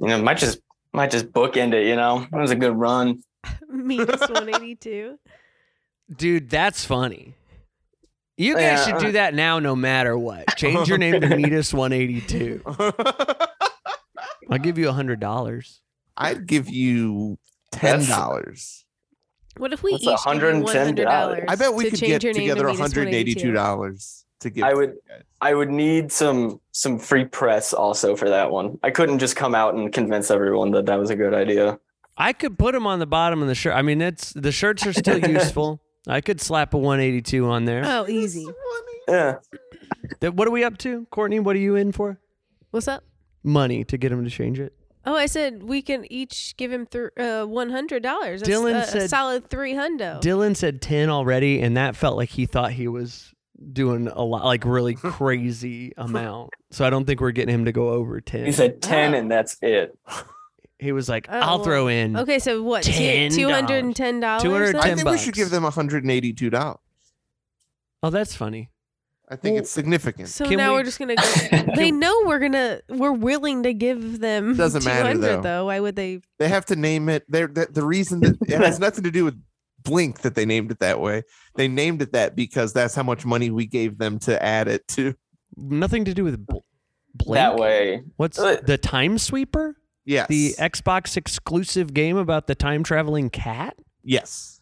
D: know, might just might just bookend it. You know, that was a good run.
C: (laughs) Minus 182.
A: Dude, that's funny. You guys
D: Yeah,
A: should
D: uh,
A: do that now, no matter what. Change your
D: (laughs)
A: name to Meetus one eighty two. I'll give you a hundred dollars.
B: I'd give you ten
D: That's-
B: dollars.
C: What if we
D: That's
C: each give you
D: $110.
C: $100
B: I bet we
C: to
B: could
C: change
B: get
C: your name to
B: together
C: Venus
B: $182 to give.
D: I
B: to
D: would-
B: you guys.
D: I would need some some free press also for that one. I couldn't just come out and convince everyone that that was a good idea.
A: I could put them on the bottom of the shirt. I mean, it's the shirts are
D: (laughs)
A: still useful. I could slap a one eighty two on there.
D: Uh,
C: Oh, easy.
D: Yeah,
A: Th- what are we up to, Courtney? What are you in for?
C: What's up?
A: Money to get him to change it.
C: Oh, I said we can each give him thr uh, $100. That's
A: Dylan
C: a, a
A: said-
C: solid three hundo.
A: Dylan said 10 already, and that felt like he thought he was doing a lot, like
D: (laughs)
A: really crazy amount. So I don't think we're getting him to go over 10.
D: you said ten,
C: Oh.
D: and that's it.
A: he was like,
C: Oh,
A: I'll
C: well,
A: throw in.
C: okay, so what? two-
A: $10.
C: $210?
A: $210.
B: I
A: $10
B: think we
A: bucks.
B: should give them $182.
A: Oh, that's funny.
B: I think it's significant.
C: So
A: Can we-
C: now we,
A: (laughs)
C: are just gonna. Go, they know we're gonna. We're willing to give them.
B: Doesn't matter,
C: 200,
B: though.
C: Why would they?
B: They have to name it. They're, the, the reason that it
C: (laughs)
B: has nothing to do with Blink that they named it that way. They named it that because that's how much money we gave them to add it to.
A: Nothing to do with bl- Blink.
D: That way,
A: What's
D: Uh,
A: the Time Sweeper?
B: Yes.
A: The Xbox exclusive game about the time traveling cat?
B: yes.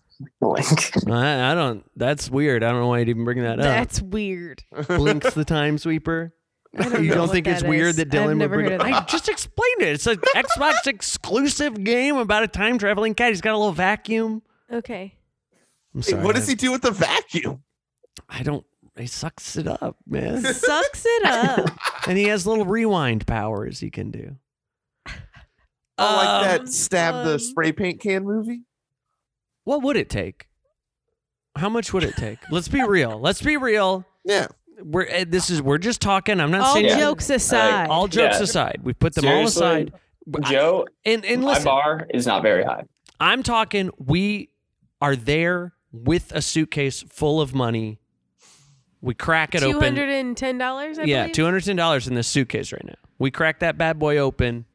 D: Blink.
A: I, I don't. That's weird. I don't know why you'd even bring that up.
C: That's (laughs) weird.
B: (laughs)
A: Blink's the Time Sweeper.
C: I don't
A: you
C: know
A: don't
C: what
A: think it's
C: that
A: weird
C: is.
A: that
C: I've
A: Dylan would
C: never
A: bring
C: heard
A: it?
C: of
A: I
C: that.
A: just explained it. It's an Xbox (laughs) exclusive game about a time traveling cat. He's got a little vacuum.
C: Okay.
A: I'm
B: Hey,
A: sorry.
B: what does he do with the vacuum?
A: I don't. He sucks it up,
B: (laughs)
A: man.
C: Sucks
A: (laughs)
C: it up.
A: and he has little rewind powers he can do.
B: Oh, like
A: Um,
B: that stab the
C: um,
B: spray paint can movie?
A: What would it take? How much would it take? Let's be real. Let's be real.
B: Yeah.
A: We're eh, this is we're just talking. I'm not
C: All
A: saying
C: jokes aside.
A: all jokes
D: Yeah.
A: aside. We've put them
D: Seriously?
A: all aside. I-
D: Joe,
A: and and
D: my
A: listen,
D: bar is not very high.
A: I'm talking we are there with a suitcase full of money. We crack it
C: Two
A: open.
C: hundred and ten dollars.
A: Yeah, two hundred ten dollars in this suitcase right now. We crack that bad boy open.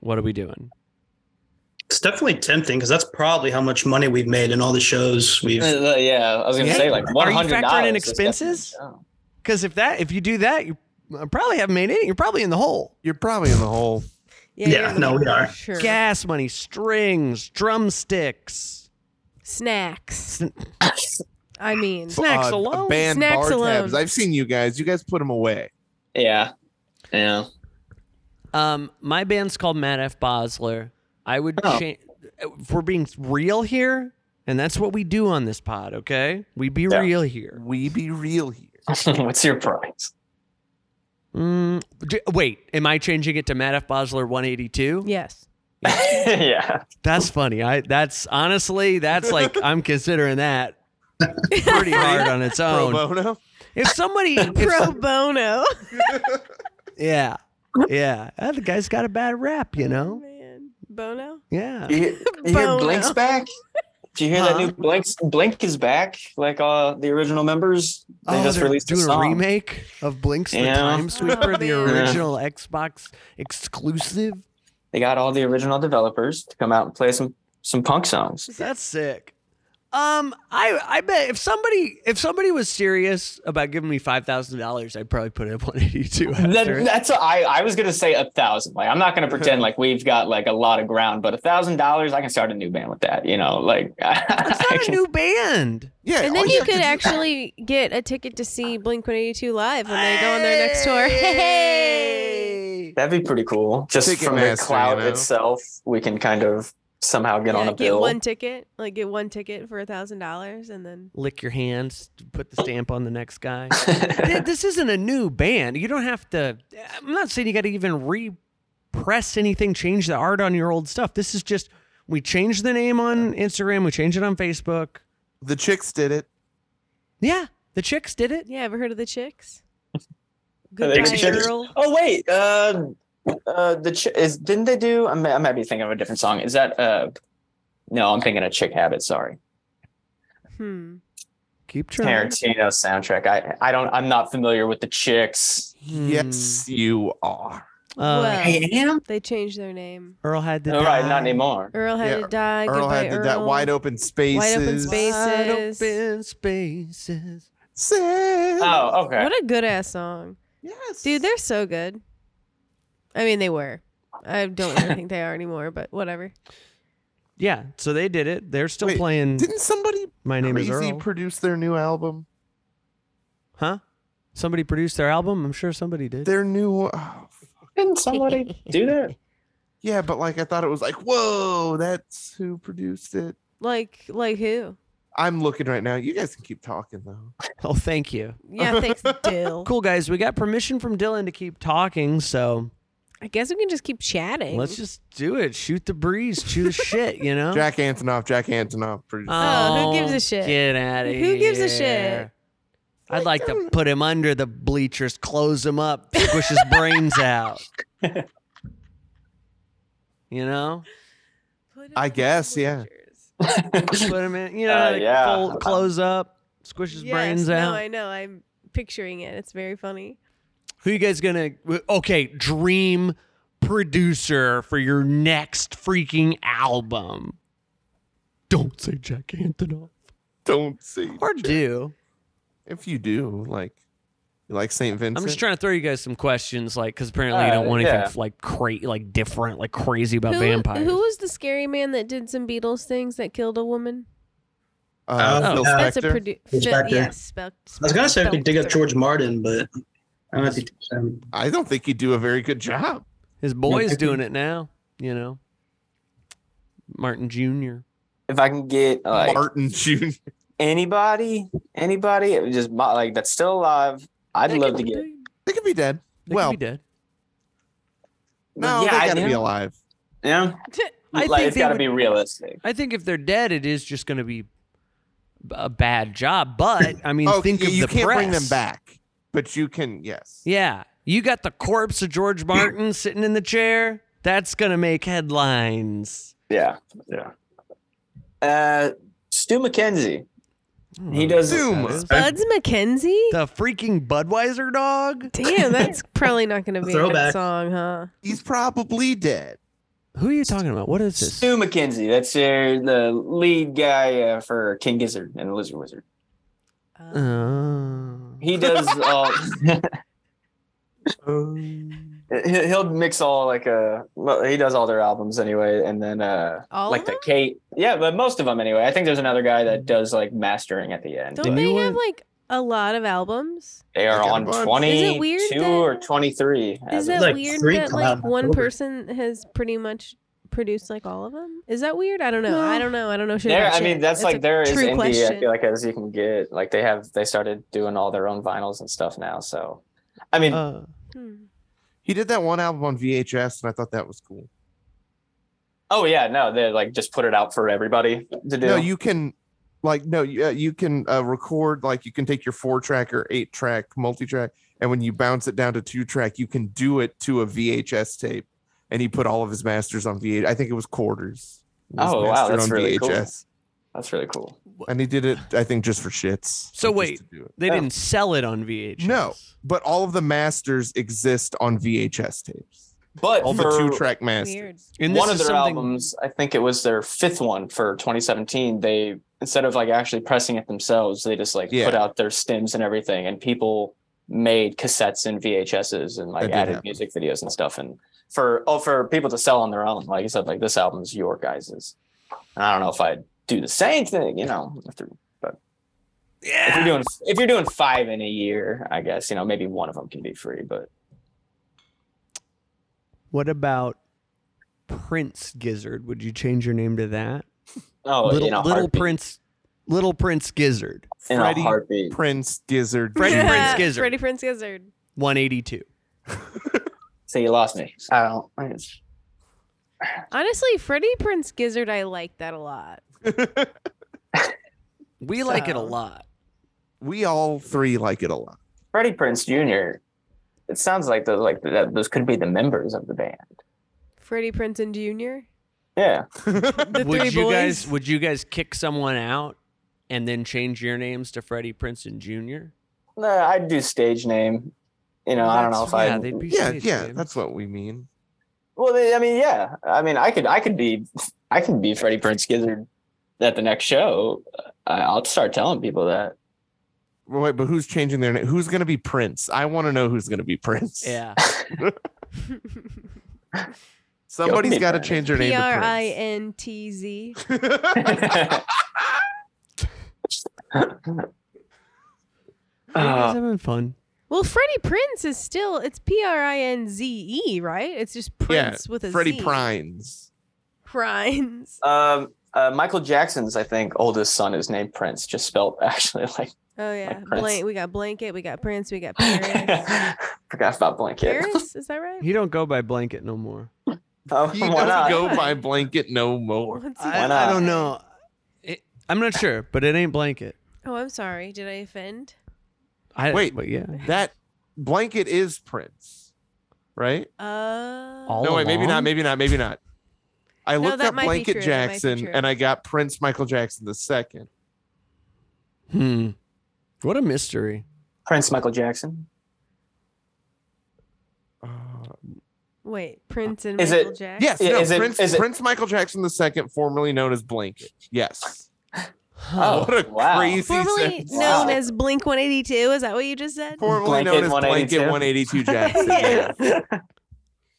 A: What are we doing?
E: It's definitely tempting because that's probably how much money we've made in all the shows we've.
D: Uh, yeah, I was gonna
B: Yeah.
D: say like
A: Are
D: one
A: you
D: hundred
A: factoring
D: dollars.
A: in expenses? Because if that if you do that, you probably haven't made any. You're probably in the hole.
B: You're probably in the hole.
E: Yeah, no, we are.
C: Sure.
A: Gas money, strings, drumsticks,
C: Snacks.
A: Sn-
C: I mean,
A: snacks
B: Uh,
A: alone.
B: Banned
C: Snacks
B: bar tabs.
C: alone.
B: I've seen you guys. You guys put them away.
D: Yeah, yeah.
A: Um, my band's called Matt F. Bosler. I would
D: Oh.
A: change. If we're being real here, and that's what we do on this pod, okay? We be
D: Yeah.
A: real here.
B: We be real
C: (laughs)
B: here.
D: (laughs) What's your price?
A: Mm, j- wait, am I changing it to Matt F. Bosler 182?
C: yes.
D: (laughs) yeah,
A: That's funny. I that's honestly that's (laughs) like I'm considering that
C: (laughs)
A: pretty hard on its
B: Pro
A: own.
B: bono. (laughs)
A: If (laughs) somebody, if
C: Pro
A: some-
C: bono.
A: yeah, yeah, Uh, the guy's got a bad rap, you know.
C: Oh, Man. Bono.
A: Yeah,
D: you, you
C: Bono.
D: hear Blink's back? Do you hear that new Blink's Blink is back? Like uh, the original members, they
A: oh,
D: just
A: they're
D: released
A: doing
D: a song.
A: remake of Blink's The
D: Yeah.
A: Time Sweeper,
C: Oh,
A: the
C: man.
D: (laughs) Yeah.
A: original Xbox exclusive.
D: They got all the original developers to come out and play some some punk songs.
A: That's sick. Um, I I bet if somebody if somebody was serious about giving me five thousand dollars, I'd probably put it at (laughs) one eighty two.
D: That,
C: (laughs)
D: that's a, I, I was gonna say a thousand. Like I'm
A: (laughs)
D: not gonna pretend like we've got like a lot of ground, but a thousand dollars I can start a new band with that. You know, like (laughs)
A: It's
D: I
A: not a
D: can-
A: new band.
B: Yeah.
C: And
B: all
C: then you
B: have to
C: could
B: do-
C: actually get a ticket to see Blink 182 live when they go on their next tour. (laughs) Hey!
D: that'd be pretty cool. Just
B: Ticketmaster,
D: from the
B: you
D: cloud
B: know?
D: itself, we can kind of somehow get on
C: Yeah,
D: a bill. (laughs)
C: one ticket, like get one ticket for a thousand dollars, and then
A: Lick your hands, put the stamp on the next guy. Th- (laughs) this isn't a new band. You don't have to. I'm not saying you got to even repress anything, change the art on your old stuff. This is just we changed the name on Instagram, we changed it on Facebook.
B: The chicks did it.
A: Yeah, the chicks did it.
C: yeah, ever heard of the Chicks?
D: Are they
C: Goodbye
D: Chicks?
C: Earl.
D: Oh wait, uh, uh, the ch- is didn't they do? I may, I might be thinking of a different song. Is that uh? No, I'm thinking of Chick Habit. Sorry,
C: Hmm.
A: Keep trying.
D: Tarantino soundtrack. I I don't. I'm not familiar with the Chicks.
B: Yes, you are.
A: Hmm. Uh,
C: Well,
E: am.
C: they changed their name.
A: Earl had to
D: All Oh, right,
A: die.
D: not anymore.
C: Earl had
B: Yeah,
C: to die.
B: Earl
C: Goodbye,
B: had to
C: Earl.
B: die. Wide open spaces.
C: space.
A: Wide
C: Spaces.
A: open spaces.
B: Spaces.
D: Oh, okay.
C: What a good ass song,
B: yes,
C: dude. They're so good. I mean, they were. I don't really think they are anymore, but whatever.
A: Yeah, so they did it. They're still
B: Wait,
A: playing.
B: Didn't somebody
A: My name is
B: crazy
A: Earl.
B: produce their new album?
A: huh? Somebody produced their album. I'm sure somebody did.
B: Their new. Oh,
D: Didn't somebody do that?
B: yeah, but like I thought it was like, whoa, that's who produced it.
C: Like, like who?
B: I'm looking right now. You guys can keep talking though.
A: Oh, thank you. (laughs)
C: Yeah, thanks, Dill.
A: Cool guys, we got permission from Dylan to keep talking, so
C: I guess we can just keep chatting.
A: let's just do it. Shoot the breeze, chew
C: (laughs)
A: the shit, you know.
B: Jack Antonoff. Jack Antonoff produced.
C: Oh, who gives a shit?
A: Get out of here.
C: Who gives a shit?
A: I'd like to put him under the bleachers, close him up, squish
C: (laughs)
A: his brains out. You
C: (laughs)
A: know,
C: Put it
B: I
C: in
B: guess, yeah.
C: pictures.
A: put him in. You know,
D: Uh,
A: like
D: yeah.
A: fold, close up, squish his
C: Yes,
A: brains
C: no,
A: out.
C: I know. I'm picturing it. It's very funny.
A: Who you guys gonna? Okay, dream producer for your next freaking album. Don't say Jack Antonoff.
B: Don't see.
A: Or do.
B: If you do, like, you like Saint Vincent.
A: I'm just trying to throw you guys some questions, like, because apparently you don't
D: Uh,
A: want anything
D: yeah.
A: like cra- like different, like crazy about
C: who,
A: vampires.
C: Who was the scary man that did some Beatles things that killed a woman?
B: Uh,
E: Oh,
B: Phil
E: that's
C: That's a
B: Spector.
C: producer.
E: Spector.
C: Yes, spec-
E: I was gonna say I could dig up
C: Spector.
E: George Martin, but I don't know if he did um,
B: I don't think you do a very good job.
A: His boy's doing it now, you know. Martin Jr.
D: (laughs) If I can get like
B: Martin Jr.
D: anybody, anybody, it was just mo- like that's still alive. I'd
A: They
D: love
A: could
D: to
A: be
D: get.
A: dead.
B: They could be dead.
A: They
B: well,
A: could be dead.
B: no,
D: yeah,
B: they
D: I
B: gotta be
D: know.
B: alive.
D: Yeah,
A: (laughs) I
D: like
A: think
D: it's
A: they
D: got to
A: would-
D: be realistic.
A: I think if they're dead, it is just going to be a bad job. But I mean,
B: oh,
A: think
B: you,
A: of
B: you
A: the
B: can't bring them
A: press.
B: back, but you can. Yes.
A: Yeah. You got the corpse of George
D: (clears throat)
A: Martin sitting in the chair. That's going to make headlines.
D: Yeah, yeah. Uh, Stu McKenzie. He does.
B: Zoom.
A: That is-
C: Buds
E: (laughs)
C: McKenzie.
A: The freaking Budweiser dog?
C: Damn, that's probably not going to be a good
E: Throwback.
C: song, huh?
B: He's probably dead.
A: Who are you talking about? What is this?
D: Stu McKenzie. That's uh, the lead guy uh, for King Gizzard and the Lizard Wizard.
C: Uh,
A: Oh.
C: (laughs)
D: He does all.
A: Uh,
B: Um,
D: he- he'll mix all like uh well he does all their albums anyway and then uh
C: All
D: like
C: of
D: the
C: them?
D: kate yeah but most of them anyway i think there's another guy that does like mastering at the end
C: Don't
A: Didn't
C: they
A: you
C: have
A: want-
C: like a lot of albums?
D: they are
B: They got a
D: on
B: bunch.
C: Is it
D: 22
C: weird that-
D: or 23
C: Is
D: as
C: that
D: of-
E: Like
C: weird
E: three
C: that
E: come out
C: like
E: in
C: one
E: October.
C: person has pretty much produced like all of them? Is that weird? I don't know.
A: No.
C: I don't know. I don't know. Shit
D: there
C: about
D: i mean
C: shit.
D: that's
C: a
D: like there is
C: true
D: indie i
C: question.
D: feel like as you can get like they have they started doing all their own vinyls and stuff now so i mean
A: Uh,
C: Hmm.
B: he did that one album on VHS, and I thought that was cool.
D: oh yeah no they like just put it out for everybody to do
B: No, you can, like, no, you, uh, you can uh, record, like, you can take your four track or eight track multi track, and when you bounce it down to two track, you can do it to a VHS tape. And he put all of his masters on VHS. I think it was quarters. It was
D: Oh, wow,
B: mastered
D: that's really cool. that's really cool
B: And he did it, I think, just for shits.
A: So
B: like, just
A: wait.
B: to do it.
A: they
D: Oh.
A: didn't sell it on VHS.
B: No. But all of the masters exist on VHS tapes.
D: but
B: All
D: for
B: the two track masters.
C: Weird.
A: And this
D: one of
A: is
D: their
A: something-
D: albums, I think it was their fifth one for 2017. They instead of like actually pressing it themselves, they just like
B: Yeah.
D: put out their stems and everything, and people made cassettes and VHSs and
B: That
D: like
B: did
D: added
B: happen.
D: music videos and stuff. And for oh, for people to sell on their own, like you said, like this album's your guys's. And I don't know if I'd do the same thing, you know. After, if you're
A: Yeah.
D: doing if you're doing five in a year, I guess you know maybe one of them can be free, but
A: What about Prince Gizzard? Would you change your name to that?
D: oh,
A: little
D: in a
A: little
D: heartbeat,
A: Prince Little Prince Gizzard.
D: in a
B: Freddie
D: heartbeat.
B: Prince Gizzard.
A: Freddie
B: Jr.
A: Prinze
C: (laughs)
A: Gizzard.
C: Freddie Prince Gizzard.
A: 182.
D: So you lost me. I
A: Oh,
D: don't. it's-
C: Honestly, Freddie Prince Gizzard, I like that a lot.
B: (laughs)
A: We like it a
C: So-
A: lot.
B: we all three like it a lot. (laughs)
D: Freddie Prince Jr. It sounds like those like that those could be the members of the band.
C: Freddie Princeton (laughs) Jr.
D: Yeah.
C: The
A: would
C: three
A: you
C: boys.
A: guys would you guys kick someone out and then change your names to Freddie Princeton Jr.?
D: No, I'd do stage name. You know, I don't know if
A: That's- yeah,
D: I.
A: they'd be
B: yeah,
A: stage
B: yeah,
A: names.
B: that's what we mean.
D: Well, they, I mean, yeah. I mean, I could, I could be, I could be Freddie Prince Gizzard at the next show. I, I'll start telling people that.
B: Well, Wait, but who's changing their name? Who's going to be Prince? I want to know who's going to be Prince.
A: yeah.
B: Somebody's
D: Yo,
B: got to
D: Prince.
B: change their
C: P
B: name
C: R I
B: to
C: N T Z.
B: (laughs) Prince.
A: (laughs) You guys
D: Uh,
A: having fun?
C: Well, Freddie Prince is still it's P R I N Z E, right? It's just Prince with a
B: Freddie
C: Z.
B: Prines.
C: Prines.
D: (laughs) um, uh, Michael Jackson's, I think, oldest son is named Prince, just spelled (laughs) actually like.
C: Oh yeah,
D: Prince.
C: blank. We got blanket. We got Prince. We got Paris.
D: (laughs) Forgot about blanket.
C: Paris is that
A: (laughs)
C: right?
A: You don't go by blanket no more.
D: (laughs) Oh,
B: He
D: why
B: doesn't
D: not?
B: go
C: Why?
B: by blanket no more.
C: Once
A: I,
C: again.
A: I
D: not?
A: don't know. It, I'm not sure, but it ain't blanket.
C: Oh, I'm sorry. Did I offend?
A: I,
B: Wait.
A: but yeah.
B: That blanket is Prince, right?
C: Uh,
A: All
B: no, wait, maybe not.
A: along?
B: Maybe not. Maybe not. I looked
C: that
B: up
C: might be
B: Blanket
C: true, that might be
B: Jackson
C: true.
B: and I got Prince Michael Jackson the second.
A: Hmm. What a mystery.
D: Prince Michael Jackson.
B: Uh,
C: wait, Prince and
D: Is
C: Michael
D: it-
C: Jackson.
B: yes,
D: Yeah,
B: no,
D: is it-
B: Prince,
D: is it-
B: Prince Michael Jackson the second, formerly known as Blanket. Yes.
A: Huh.
D: Oh,
B: what a
D: wow.
B: crazy
C: Formerly
B: sentence.
C: known
D: Wow.
C: as Blink 182. Is that what you just said?
B: Formerly known
D: Blanket
B: as Blanket
C: (laughs)
A: (laughs)
B: 182 Jackson. yeah.
A: The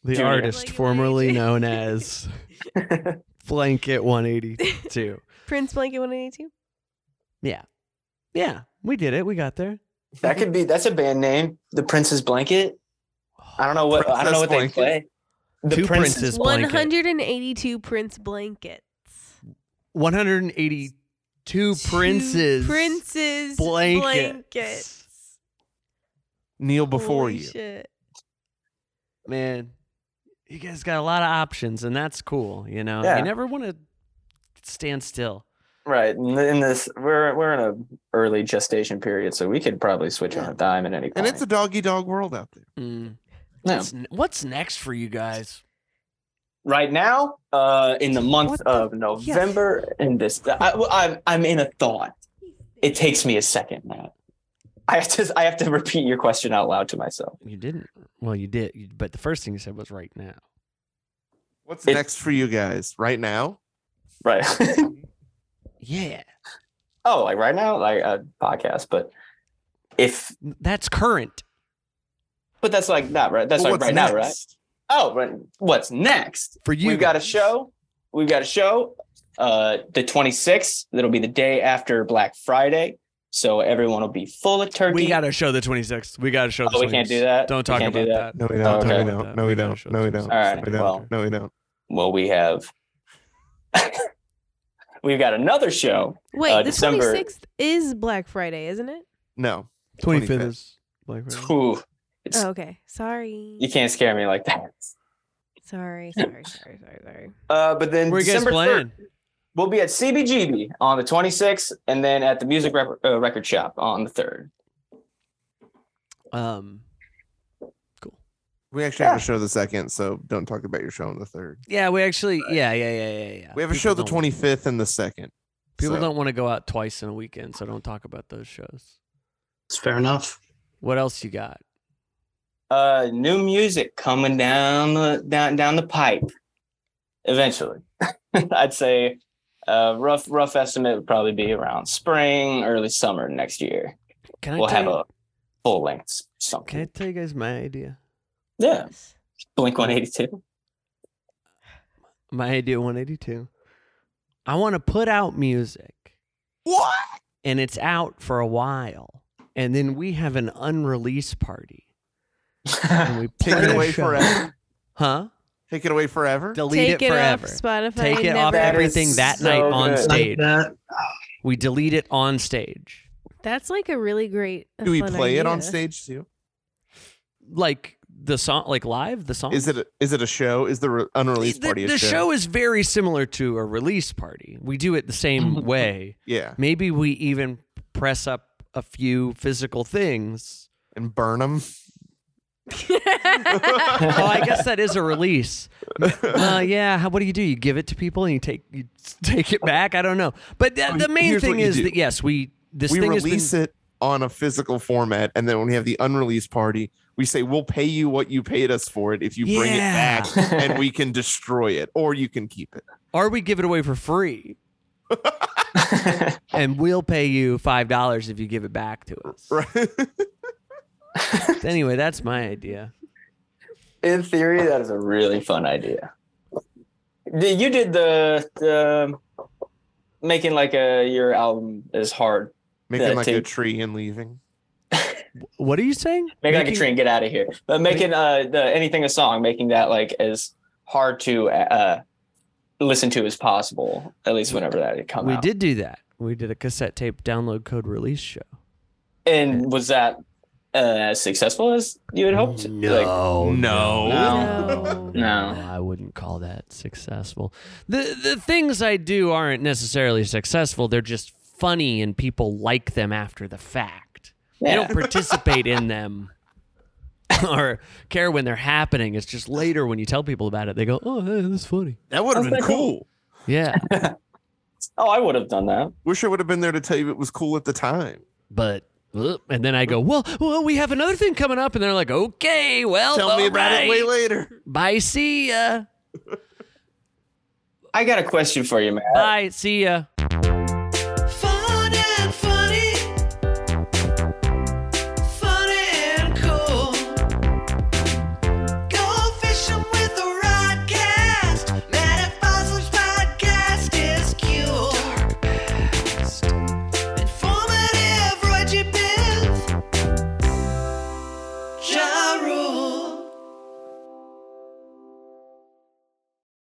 D: Junior.
A: artist
C: Blanket
A: formerly
C: 182.
A: known (laughs) as Blanket 182.
C: Prince Blanket 182.
A: Yeah. Yeah. We did it. We got there.
D: That could be. That's a band name. The Prince's Blanket. I don't know what. I don't know what
B: Princess
D: they play. The
A: Two
D: Prince-
A: princes blanket.
C: 182 Prince blankets.
A: 182
C: Two
A: princes.
C: Princes
A: blankets.
C: blankets.
B: Kneel before
C: Holy
B: you.
C: shit.
A: Man, you guys got a lot of options, and that's cool. You know,
D: Yeah.
A: you never want to stand still.
D: Right. In th- in this, we're we're in a early gestation period, so we could probably switch on a dime at any point.
B: And it's a doggy dog world out there.
A: Mm.
D: Yeah.
A: What's, n- what's next for you guys?
D: right now, uh, in the month
A: What the-
D: of November, in this, I, well, I'm I'm in a thought. It takes me a second, Matt. I have to I have to (laughs) repeat your question out loud to myself.
A: You didn't. Well, you did, you- but the first thing you said was right now.
B: What's
D: It-
B: next for you guys right now?
D: Right. (laughs)
A: Yeah,
D: oh, like right now, like a podcast, but if
A: that's current.
D: but that's like not right. That's
B: Well,
D: like
B: what's
D: right now, right?
B: next?
D: Oh, right. What's next?
A: For you,
D: we've got a
A: guys.
D: show. We've got a show. Uh, the 26th. That'll be the day after Black Friday. So everyone will be full of turkey.
A: We got to show the 26th. We got to show. The
D: Oh, we can't do
A: 26th.
D: that? We
A: Don't talk
D: can't do
A: about
D: that?
A: that.
B: No, we
D: don't, no, we Okay.
B: don't, no, we don't, no, we don't,
D: All right,
B: We don't.
D: well.
B: No, we don't.
D: well, we have. (laughs) we've got another show.
C: Wait,
D: Uh,
C: the
D: December-
C: 26th is Black Friday, isn't it?
B: No.
A: 25th
B: 25th.
A: is Black Friday.
D: Ooh, It's-
C: Oh, okay. Sorry.
D: (laughs) you can't scare me like that.
C: Sorry, sorry, sorry, sorry, sorry.
D: Uh, but then
A: Where you guys
D: December 3rd,
A: playing?
D: we'll be at CBGB on the 26th, and then at the Music Rep- uh, Record Shop on the 3rd.
A: Um,
B: We actually
D: Yeah.
B: have a show the second, so don't talk about your show on the third.
A: yeah, we actually, yeah, yeah, yeah, yeah, yeah.
B: We have a
A: People
B: show the
A: don't-
B: twenty fifth and the second.
A: People
B: so-
A: don't want to go out twice in a weekend, so don't talk about those shows.
E: It's fair enough.
A: What else you got?
D: Uh, new music coming down the down down the pipe. Eventually, (laughs) I'd say uh, rough rough estimate would probably be around spring, early summer next year.
A: Can I
D: We'll
A: tell
D: have
A: you,
D: a full length
A: Can I
D: something.
A: tell you guys my idea?
D: Yeah, Blink One Eighty (laughs)
A: (laughs)
D: Two.
A: My idea 182. I want to put out music.
B: What?
A: and it's out for a while. And then we have an unreleased party. And we
B: Take
A: play
B: it
A: the
B: away
A: show.
B: forever.
A: Huh?
B: Take it away forever.
A: Delete
C: Take
A: it
C: off
A: forever.
C: Spotify.
A: Take it off
C: never-
D: That every-
A: everything
D: is
A: that
D: so
A: night on
D: good.
E: Like
A: stage.
E: that.
A: We delete it on stage.
C: That's like a really great. a
B: Do we
C: fun
B: play it on
C: idea.
B: stage too?
A: Like the song, like live, the song.
B: Is it a, is it a show? Is the re- unreleased
A: the,
B: party a
A: the show is very similar to a release party. We do it the
E: (laughs)
A: same way.
B: Yeah,
A: Maybe we even press up a few physical things (laughs)
B: and burn them.
C: (laughs)
B: (laughs)
A: oh, I guess that is a release. Uh, yeah. How, what do you do? You give it to people and you take you take it back. I don't know. But th- the main
B: Here's what
A: thing
B: you
A: is
B: do.
A: that yes, we
B: (laughs)
A: this
B: we
A: thing has
B: release
A: been
B: it on a physical format, and then when we have the unreleased party, we say we'll pay you what you paid us for it if you bring it
A: Yeah. (laughs)
B: back, and we can destroy it, or you can keep it. (laughs)
A: or we give it away for free, and we'll pay you five dollars if you give it back to us.
B: Right?
A: Anyway, that's my idea.
D: In theory, that is a really fun idea. The- You did the, the making like a your album is hard.
B: Making
D: Yeah,
B: like a
D: take-
B: tree and leaving.
A: What are you saying?
D: Make like a
A: Making-
D: tree and get out of here. But making uh the anything a song, making that like as hard to uh listen to as possible. At least whenever that had come
A: We
D: out.
A: did do that. We did a cassette tape download code release show.
D: And was that uh, as successful as you had hoped? Like,
A: no,
B: no,
A: no,
C: No. No.
A: I wouldn't call that successful. The the things I do aren't necessarily successful. They're just funny and people like them after the fact. They
D: yeah.
A: don't participate in them (laughs) or care when they're happening. It's just later when you tell people about it, they go, "Oh, hey, that's funny."
B: That would have
D: That's
B: been
D: not
B: cool.
A: Yeah,
D: Oh, I would have done that.
B: Wish I would have been there to tell you it was cool at the time.
A: but. uh, And then I go, well, well, we have another thing coming up, and they're like, okay, well,
B: tell me about it way
A: alright.
B: later.
A: Bye, see ya.
D: I got a question for you, Matt.
A: Bye, see ya.